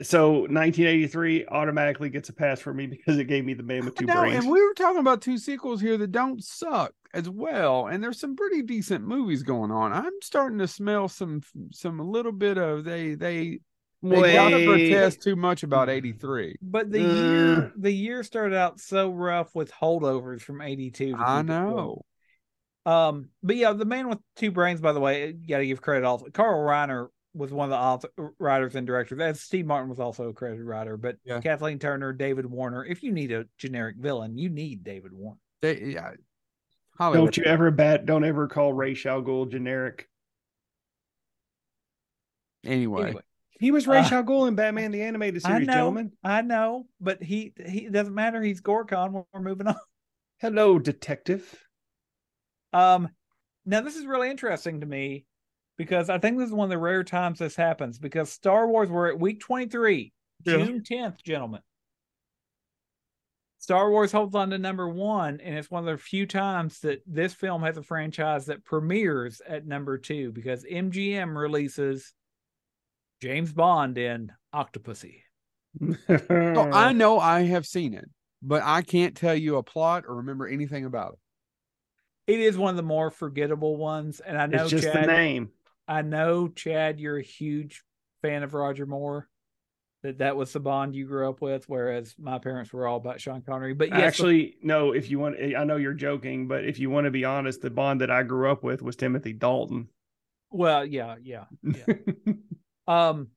C: so 1983 automatically gets a pass for me because it gave me the man with two
A: No,
C: brains.
A: and we were talking about two sequels here that don't suck as well, and there's some pretty decent movies going on. I'm starting to smell some some a little bit of they they they gotta
C: Wait.
A: protest too much about
C: Mm-hmm.
A: '83.
B: But the
A: Uh.
C: Ugh.
B: year the year started out so rough with holdovers from eighty two.
A: I know.
B: Um, but yeah, the man with two brains. By the way, eh, you got to give credit. Also, Carl Reiner was one of the author, writers and directors. As Steve Martin was also a credited writer, but
A: Yeah.
B: Kathleen Turner, David Warner. If you need a generic villain, you need David Warner.
A: They yeah. Hollywood.
C: Don't you ever bat? Don't ever call Ray Al Ghul generic.
A: anyway,
B: Anyway,
C: He was Ray
B: Uh,
C: Al Ghul in Batman the Animated
B: I
C: Series,
B: know,
C: gentlemen.
B: I know, but he he it doesn't matter. He's Gorkon. We're, we're moving on.
C: Hello, detective.
B: Um, now this is really interesting to me because I think this is one of the rare times this happens because Star Wars we're at week 23,
C: Yeah.
B: June 10th, gentlemen. Star Wars holds on to number one, and it's one of the few times that this film has a franchise that premieres at number two because MGM releases James Bond in Octopussy. Oh,
A: So
C: <laughs>
A: I know I have seen it, but I can't tell you a plot or remember anything about it.
B: It is one of the more forgettable ones, and I know
C: it's just
B: Chad-
C: the name.
B: I know, Chad, you're a huge fan of Roger Moore. That that was the Bond you grew up with, whereas my parents were all about Sean Connery. But yes,
C: Actually, no. If you want, I know you're joking, but if you want to be honest, the Bond that I grew up with was Timothy Dalton.
B: well, yeah, yeah.
C: <laughs>
B: Um,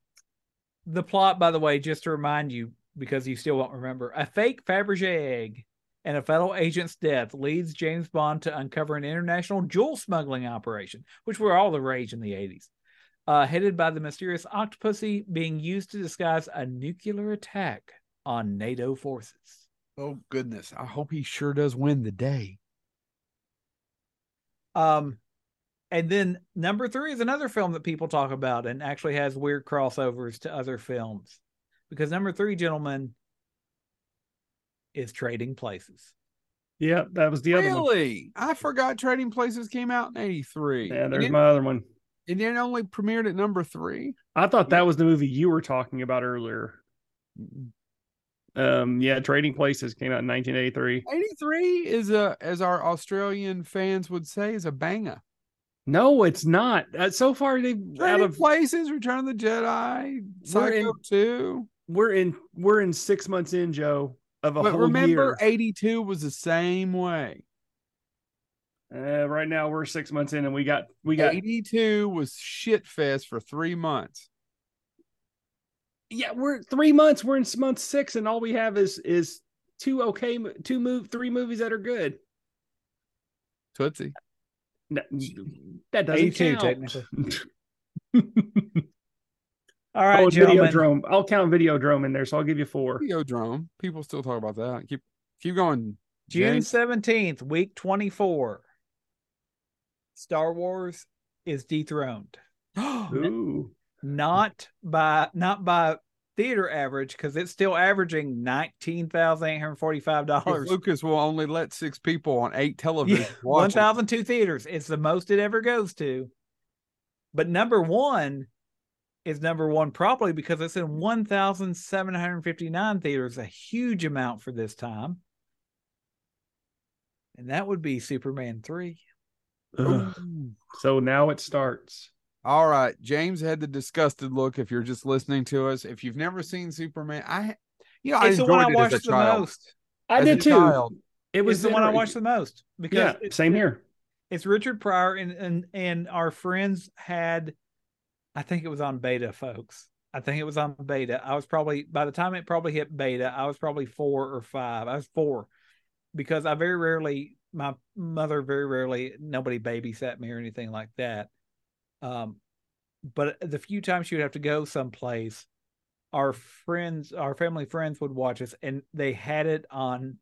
B: the plot, by the way, just to remind you, because you still won't remember, a fake Fabergé egg and a federal agent's death leads James Bond to uncover an international jewel smuggling operation, which were all the rage in the '80s, uh, headed by the mysterious Octopussy, being used to disguise a nuclear attack on NATO forces.
A: Oh goodness! I hope he sure does win the day.
B: Um, and then number three is another film that people talk about and actually has weird crossovers to other films. Because number three, gentlemen, is Trading Places.
C: yeah, that was the other one.
A: Really? I forgot Trading Places came out in '83.
C: Yeah, there's
A: it,
C: my other one.
A: and it only premiered at number three.
C: I thought that was the movie you were talking about earlier. Um, yeah, Trading Places came out in 1983.
A: 83 is a as our Australian fans would say is a banger.
C: No, it's not. Uh, so far, they've out
A: Trading
C: of
A: places, Return of the Jedi, Psycho
C: in-
A: 2.
C: we're in we're in six months in, Joe, of a
A: But
C: whole
A: remember,
C: year.
A: 82 was the same way.
C: Uh, right now, we're six months in, and we got we got
A: 82 was shit fest for three months.
C: yeah, we're three months. We're in s- month six, and all we have is is two okay, mo- two move, three movies that are good.
A: Tootsie.
C: No, that doesn't
B: 82
C: count.
B: technically.
C: <laughs>
B: All right,
C: oh,
B: gentlemen.
C: Videodrome. I'll count Videodrome in there, so I'll give you four.
A: Videodrome. People still talk about that. Keep keep going.
B: June
A: James.
B: seventeenth, week twenty-four. Star Wars is dethroned,
C: Ooh,
B: not by not by theater average because it's still averaging nineteen thousand eight hundred forty-five
A: <gasps>
B: dollars.
A: Lucas will only let six people on eight television.
B: Yeah, one
A: watch <gasps> <sighs>
C: <sighs>
A: it.
B: thousand two theaters. It's the most it ever goes to. But number one is number one probably because it's in one thousand seven hundred fifty-nine theaters, a huge amount for this time. And that would be Superman three.
C: Ugh. so now it starts.
A: All right, James had the disgusted look. If you're just listening to us, if you've never seen Superman, I, you know, I
B: it's the
A: enjoyed
B: one I
A: it as
B: watched
A: a
B: the
A: child.
B: most.
C: I
A: As
C: did
A: a
C: too.
A: child,
C: It
B: It
C: was
B: was the one I
C: iterate-
B: watched the most because
C: Yeah, same here.
B: it's Richard Pryor and and and our friends had I think it was on beta, folks. I think it was on beta. I was probably by the time it probably hit beta, I was probably four or five. I was four because I very rarely my mother very rarely nobody babysat me or anything like that. Um but the few times she would have to go someplace, our friends, our family friends would watch us and they had it on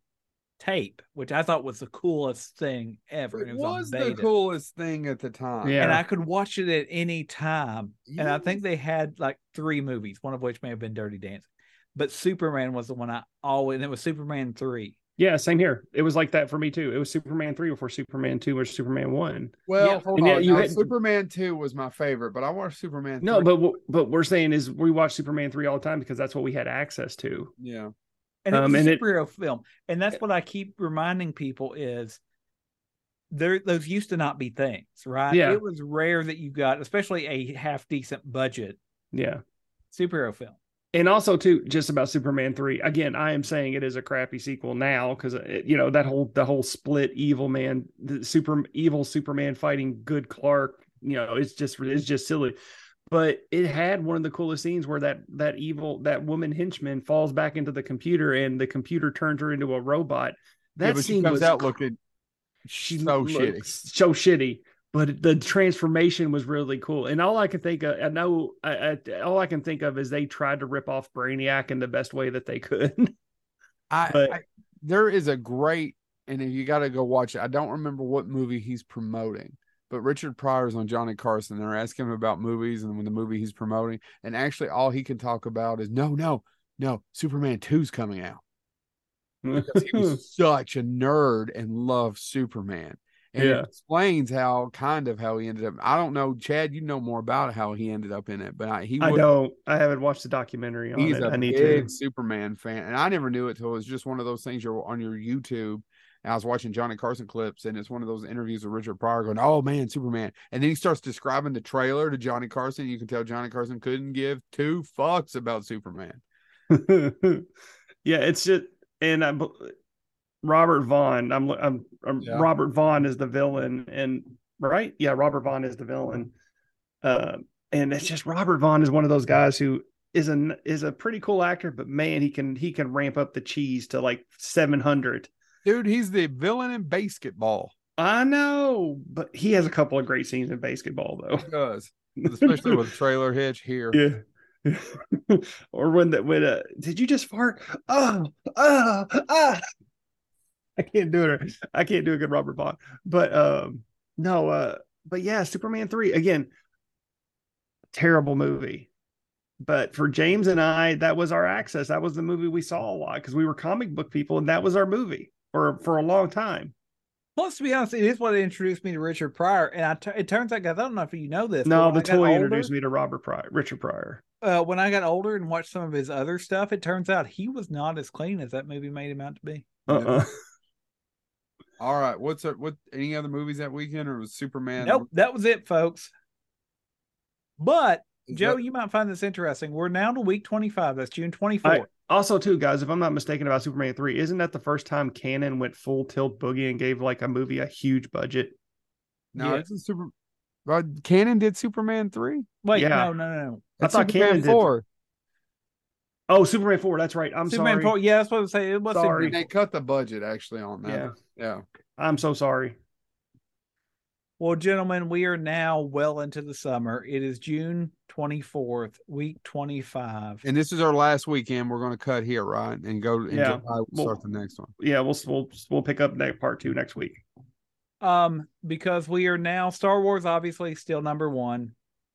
B: tape, which I thought was the coolest thing ever. and
A: It was
B: on beta
A: the coolest thing at the time.
C: Yeah.
B: and I could watch it at any time. And
A: Yeah.
B: I think they had like three movies, one of which may have been Dirty Dancing, but Superman was the one I always, and it was Superman three.
C: Yeah, same here. It was like that for me too. It was Superman three before Superman two or Superman one.
A: Well,
B: Yeah.
A: hold
C: And yet
A: on.
C: you
A: No,
C: had-
A: Superman two was my favorite, but I watched Superman.
C: No,
A: 3.
C: but what- but we're saying is we watch Superman three all the time because that's what we had access to.
A: yeah,
B: And it
C: Um,
B: was
C: and
B: a
C: it-
B: superhero film. And that's what I keep reminding people is there those used to not be things, right?
C: Yeah.
B: It was rare that you got, especially a half decent budget
C: Yeah,
B: superhero film.
C: and also too, just about Superman three. Again, I am saying it is a crappy sequel now because you know that whole the whole split evil man, the super evil Superman fighting good Clark. You know, it's just it's just silly. But it had one of the coolest scenes where that that evil that woman henchman falls back into the computer and the computer turns her into a robot. That
A: yeah, but
C: scene
A: she comes
C: was
A: out
C: cr-
A: looking
C: she
A: so
C: looks
A: shitty.
C: so shitty. But the transformation was really cool, and all I can think of, I know, I, I, all I can think of is they tried to rip off Brainiac in the best way that they could.
A: I,
C: But-
A: I there is a great and if you got to go watch it. I don't remember what movie he's promoting, but Richard Pryor's on Johnny Carson. They're asking him about movies and when the movie he's promoting, and actually all he can talk about is no, no, no. Superman 2's coming out. because he was such a nerd and loved Superman. And
C: Yeah.
A: it explains how kind of how he ended up. I don't know, Chad. You know more about how he ended up in it, but I, he
C: <laughs> I
A: was
C: don't. I haven't watched the documentary on
A: he's
C: it.
A: a
C: I need
A: big
C: to.
A: Superman fan, and I never knew it till it was just one of those things you're on your YouTube. And I was watching Johnny Carson clips, and it's one of those interviews with Richard Pryor going, "Oh man, Superman," and then he starts describing the trailer to Johnny Carson. You can tell Johnny Carson couldn't give two fucks about Superman.
C: <laughs> yeah, it's just and I, bel- Robert Vaughn. I'm I'm, I'm
A: Yeah.
C: Robert Vaughn is the villain, and right, yeah, Robert Vaughn is the villain. Uh, and it's just Robert Vaughn is one of those guys who is an is a pretty cool actor, but man, he can he can ramp up the cheese to like seven hundred.
A: Dude, he's the villain in basketball.
C: I know, but he has a couple of great scenes in basketball though.
A: He does, especially
C: <laughs>
A: with trailer hitch here.
C: Oh. Yeah. <laughs> or when that when uh did you just fart? Oh, oh, ah. I can't do it. I can't do a good Robert Vaughn. But um no, uh but yeah, Superman 3 again terrible movie. But for James and I, that was our access. That was the movie we saw a lot because we were comic book people and that was our movie for for a long time.
B: Plus, to be honest, it is what introduced me to Richard Pryor. And I tu- it turns out, guys, I don't know if you know this.
C: No,
B: but when
C: the
B: I got
C: toy
B: older-
C: introduced me to Robert Pryor, Richard Pryor.
B: uh, when I got older and watched some of his other stuff, it turns out he was not as clean as that movie made him out to be.
C: Uh-uh.
A: All right. What's our, what? Any other movies that weekend, or was Superman?
B: Nope, that was it, folks. But
A: Is
B: Joe,
A: that-
B: you might find this interesting. We're now to week 25. That's June 24th.
C: All Also, too, guys, if I'm not mistaken about Superman 3, isn't that the first time Canon went full tilt boogie and gave like a movie a huge budget?
A: no,
B: yeah.
A: it's a super. Uh, Cannon did Superman three.
B: Wait,
C: Yeah.
B: no, no, no, no.
C: I
A: It's
C: thought
A: Superman
C: Cannon did.
A: four.
C: Oh, Superman 4, that's right. I'm
B: Superman
C: sorry.
B: 4. Yeah, that's what I was saying. It was
C: Sorry.
B: Superman.
A: They cut the budget actually on
C: Yeah.
A: that. Yeah.
C: I'm so sorry.
B: Well, gentlemen, we are now well into the summer. It is June 24th, week 25.
A: And this is our last weekend. We're going to cut here, right? And go and
C: Yeah.
A: July, we'll
C: Well-
A: start the next one.
C: Yeah, we'll we'll we'll pick up that part two next week. <laughs>
B: um because we are now star wars obviously still number one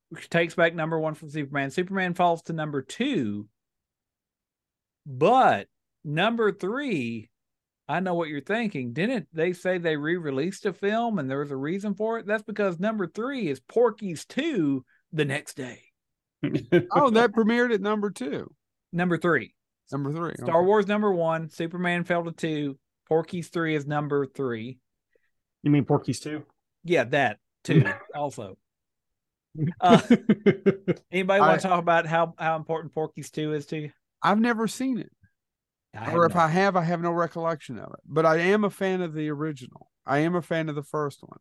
B: which takes back number one from superman superman falls to number two but number three i know what you're thinking didn't they say they re-released a film and there was a reason for it that's because number three is porky's two the next day
A: Oh, that premiered at number two.
B: number three
A: Number three.
B: Star
A: okay.
B: Wars number one, Superman fell to two, Porky's three is number three.
C: you mean Porky's too?
B: Yeah, that too. also, <laughs> Uh, anybody want
A: I-
B: to talk about how how important Porky's two is to you?
A: I've never seen it.
B: I
A: or
B: have
A: if
B: not.
A: I have, I have no recollection of it. But I am a fan of the original. I am a fan of the first one.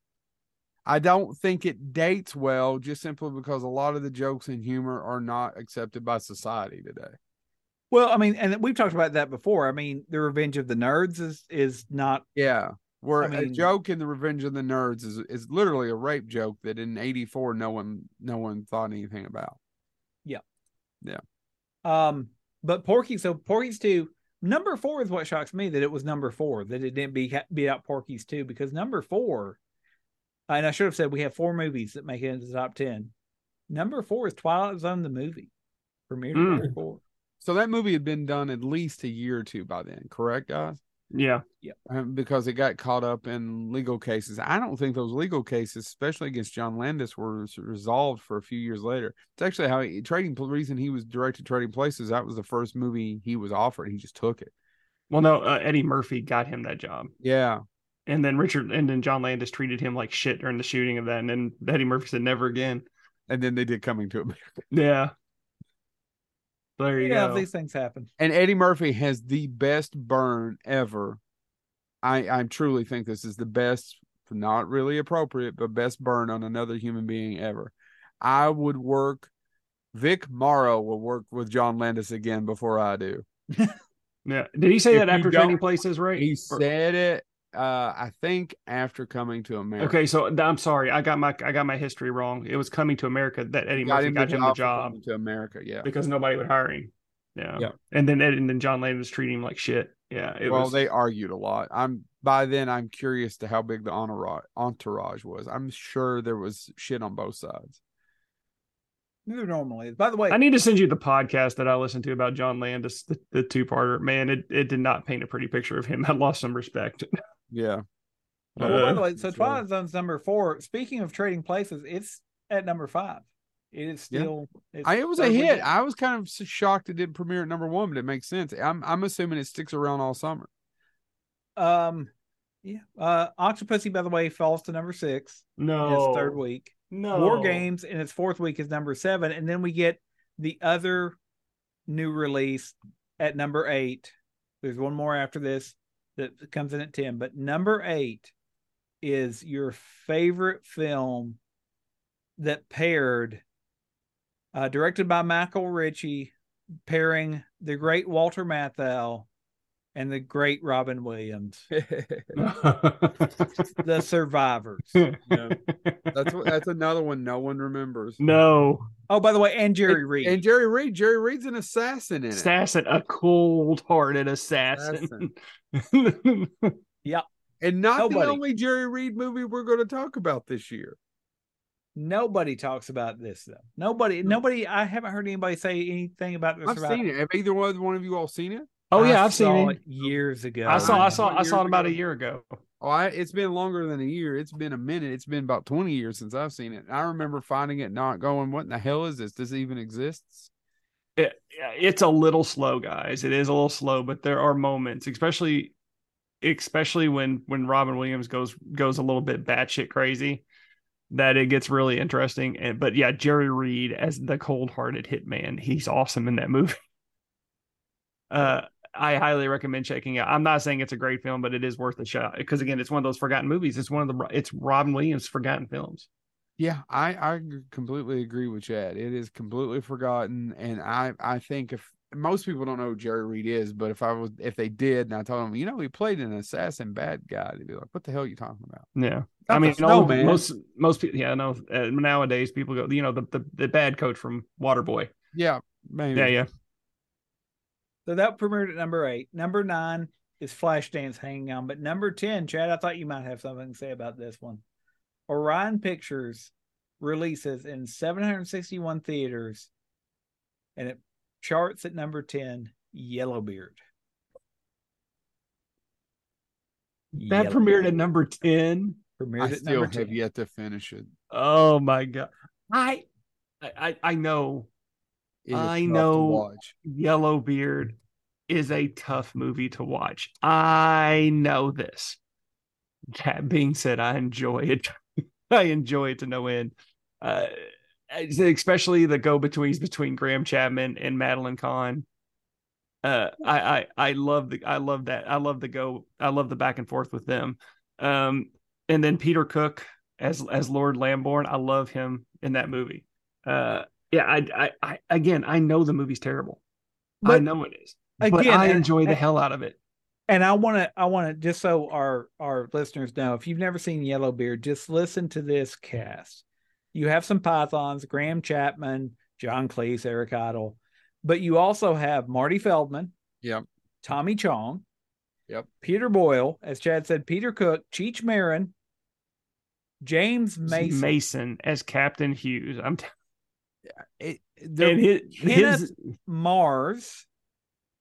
A: I don't think it dates well, just simply because a lot of the jokes and humor are not accepted by society today.
B: well, I mean, and we've talked about that before. I mean, the Revenge of the Nerds is is not
A: Yeah. Where
B: I
A: a
B: mean-
A: joke in the Revenge of the Nerds is, is literally a rape joke that in '84 no one no one thought anything about.
B: Um, but Porky, so Porky's two, number four is what shocks me that it was number four that it didn't be beat out Porky's two because number four, and I should have said we have four movies that make it into the top ten. Number four is Twilight Zone the movie, premiered at
C: Mm.
B: number four.
A: So that movie had been done at least a year or two by then, correct, guys?
C: yeah.
A: Um, because it got caught up in legal cases. I don't think those legal cases, especially against John Landis, were s- resolved for a few years later. It's actually how he, Trading Pl- reason he was directed Trading Places. That was the first movie he was offered. He just took it.
C: Well, no, uh, Eddie Murphy got him that job,
A: Yeah,
C: and then Richard and then John Landis treated him like shit during the shooting of that, and then Eddie Murphy said never again.
A: and then they did Coming to America.
C: Yeah. There you
B: Yeah,
C: go.
B: these things happen.
A: And Eddie Murphy has the best burn ever. I I truly think this is the best, not really appropriate, but best burn on another human being ever. I would work. Vic Morrow will work with John Landis again before I do.
C: Yeah. Did he say
A: If
C: that
A: you
C: after
A: don't-
C: trading places, right?
A: He
C: Or-
A: said it, uh, I think, after coming to America.
C: Okay, so I'm sorry, I got my I got my history wrong. It was coming to America that Eddie Murphy got him the
A: for
C: job
A: Coming to America. Yeah.
C: because nobody would hire him. Yeah,
A: Yeah.
C: And then Ed, and then John Landis treated him like shit. Yeah, it
A: Well,
C: was.
A: they argued a lot. I'm by then. I'm curious to how big the entourage entourage was. I'm sure there was shit on both sides.
B: They're normally. By the way,
C: I need to send you the podcast that I listened to about John Landis, the, the two parter. Man, it, it did not paint a pretty picture of him. <laughs> I lost some respect.
A: Yeah.
C: <laughs>
B: well, Oh, by the way, so
A: That's
B: Twilight Zone's number four. Speaking of trading places, it's at number five. It is
A: Yeah.
B: still. it's
A: I, it was a
B: third
A: hit.
B: weekend.
A: I was kind of s- shocked it didn't premiere at number one, but it makes sense. I'm I'm assuming it sticks around all summer.
B: Um, yeah. Uh, Octopussy, by the way, falls to number six in
C: no,
B: its
A: Oh.
B: third week.
C: No
B: War Games in its fourth week is number seven, and then we get the other new release at number eight. There's one more after this that comes in at ten, but number eight is your favorite film that paired, uh, directed by Michael Ritchie, pairing the great Walter Matthau and the great Robin Williams. the survivors.
A: That's what- that's another one no one
C: <laughs>
A: remembers.
C: <laughs> no.
B: Oh, by the way, and Jerry
A: And-
B: Reed.
A: and Jerry Reed. Jerry Reed's an assassin in it.
C: assassin, a cold-hearted assassin.
A: and not
B: Nobody.
A: the only Jerry Reed movie we're going to talk about this year.
B: nobody talks about this though. Nobody, nobody. I haven't heard anybody say anything about the
A: I've
B: survivors.
A: seen it. Have either one, one of you all seen it?
C: <laughs> oh
B: I
C: yeah, I've
B: saw
C: seen it.
B: years ago.
C: I saw, I
A: Wow.
C: saw, I saw
A: Years
C: it about a
A: ago.
C: year ago.
A: Oh, I, it's been longer than a year. It's been a minute. It's been about twenty years since I've seen it. I remember finding it, not going, "What in the hell is this? This even exists?"
C: It, it's a little slow, guys. It is a little slow, but there are moments, especially especially when when Robin Williams goes goes a little bit batshit crazy, that it gets really interesting. And but yeah, Jerry Reed as the cold hearted hitman, he's awesome in that movie. <laughs> Uh, I highly recommend checking out. I'm not saying it's a great film, but it is worth a shot because again, it's one of those forgotten movies. It's one of the it's Robin Williams forgotten films.
A: Yeah, I I completely agree with Chad. It is completely forgotten, and I I think if most people don't know who Jerry Reed is, but if I was if they did, and I told them, you know, he played an assassin bad guy, they'd be like, "What the hell are you talking about?"
C: Yeah,
A: Not
C: I mean,
A: the
C: all-
A: snowman.
C: most most people. Yeah, no. Uh, nowadays, people go, you know, the the, the bad coach from Waterboy.
A: Yeah, maybe.
C: Yeah, yeah.
B: So that premiered at number eight. Number nine is Flashdance hanging on, but number ten, Chad, I thought you might have something to say about this one. Orion Pictures releases in 761 theaters, and it charts at number ten, Yellowbeard.
C: That
B: Yellow-
C: premiered at number ten.
B: premiered
A: I
B: at
A: still
B: number
A: have
B: 10.
A: yet to finish it.
C: Oh my god, I I I- I know
A: It is
C: I
A: tough to
C: know-
A: watch.
C: Yellowbeard is a tough movie to watch. I know this. That being said, I enjoy it. <laughs> I enjoy it to no end. Uh, especially the go betweens between Graham Chapman and Madeline Kahn. Uh, I, I I love the I love that I love the go I love the back and forth with them. Um, and then Peter Cook as as Lord Lamborn. I love him in that movie. Uh, yeah, I, I I again I know the movie's terrible. I
B: But-
C: know it is. but
B: Again, eh,
C: I
B: and-
C: enjoy the hell out of it.
B: and I want to, I want to, just so our our listeners know, if you've never seen Yellowbeard, just listen to this cast. You have some Pythons, Graham Chapman, John Cleese, Eric Idle, but you also have Marty Feldman,
A: Yep.
B: Tommy Chong,
A: Yep.
B: Peter Boyle, as Chad said, Peter Cook, Cheech Marin, James Mason,
C: Mason as Captain Hughes. I'm t-
A: It, there-
C: and his,
B: Kenneth-
C: his
B: Mars,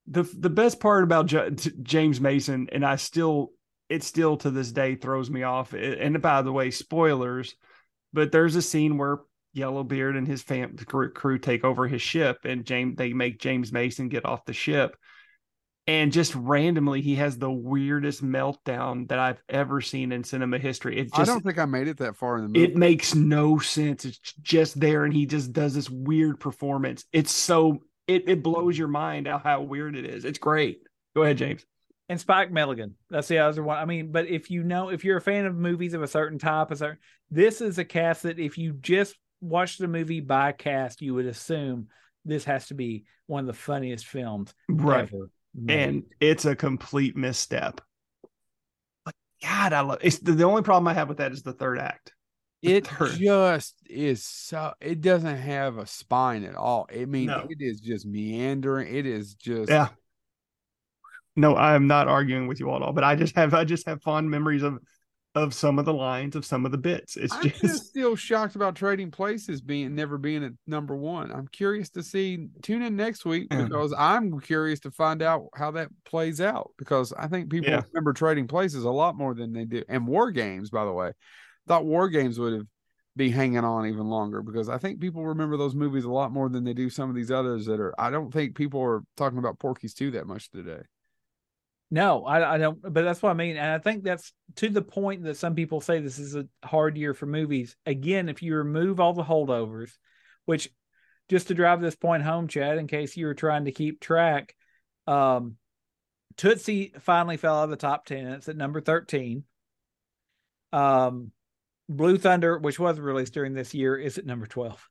C: the the best part about J- t- James Mason, and I still it still to this day throws me off. A- And by the way, spoilers, but there's a scene where Yellowbeard and his fam crew, crew take over his ship, and James they make James Mason get off the ship, and just randomly he has the weirdest meltdown that I've ever seen in cinema history. It's
A: I
C: just
A: don't think I made it that far in the movie.
C: it makes no sense it's just there and he just does this weird performance it's so it, it blows your mind out how weird it is it's great go ahead james
B: and Spike Milligan. That's the other one. I mean, but if you know, if you're a fan of movies of a certain type, a certain, this is a cast that if you just watch the movie by cast, you would assume this has to be one of the funniest films ever. made.
C: and it's a complete misstep but god i love it's the, the only problem i have with that is the third act
A: it
C: hurt.
A: just is so it doesn't have a spine at all i mean
C: No.
A: it is just meandering it is just
C: yeah no i am not arguing with you all at all but i just have i just have fond memories of of some of the lines of some of the bits it's
A: i'm
C: just,
A: just still shocked about trading places being never being at number one i'm curious to see tune in next week
C: Yeah.
A: because i'm curious to find out how that plays out because i think people
C: Yeah.
A: remember trading places a lot more than they do and war games by the way thought war games would have be hanging on even longer because I think people remember those movies a lot more than they do some of these others that are. I don't think people are talking about Porky's 2 that much today.
B: No, I, I don't. But that's what I mean, and I think that's to the point that some people say this is a hard year for movies. Again, if you remove all the holdovers, which just to drive this point home, Chad, in case you were trying to keep track, um, Tootsie finally fell out of the top ten. It's at number thirteen. Um, Blue Thunder, which was released during this year, is at number twelve.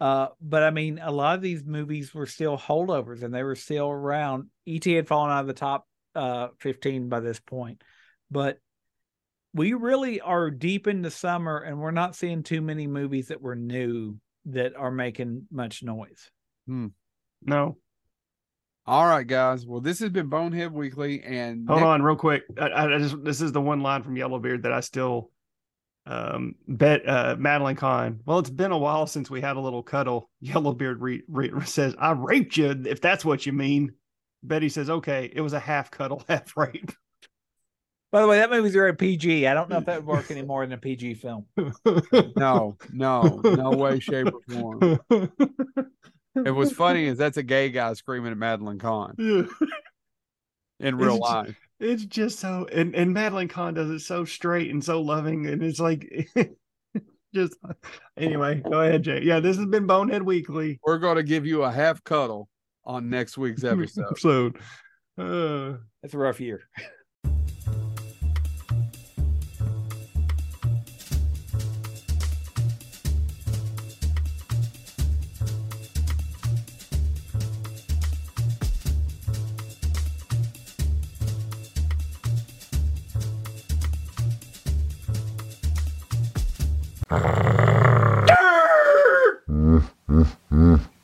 B: Uh, but I mean, a lot of these movies were still holdovers, and they were still around. ET had fallen out of the top uh 15 by this point but we really are deep into summer and we're not seeing too many movies that were new that are making much noise
C: no
A: All right, guys. Well, this has been Bonehead Weekly, and
C: Hold
A: next-
C: on, real quick. I, I just this is the one line from Yellowbeard that I still um bet uh Madeline Kahn. Well, it's been a while since we had a little cuddle. <laughs> Yellowbeard re, re- says, "I raped you, if that's what you mean." Betty says, "Okay, it was a half cuddle, <laughs> half rape."
B: by the way that movie's very pg i don't know if that would work anymore in a pg film
A: <laughs> no, no, no way, shape, or form. It was
C: <laughs>
A: funny is that's a gay guy screaming at Madeline Kahn
C: Yeah.
A: in real
C: It's-
A: life.
C: It's just so, and and Madeline Kahn does it so straight and so loving, and it's like, <laughs> just anyway. Go ahead, Jay. Yeah, this has been Bonehead Weekly
A: We're going to give you a half cuddle on next week's episode.
C: <laughs> episode. Uh,
B: That's a rough year.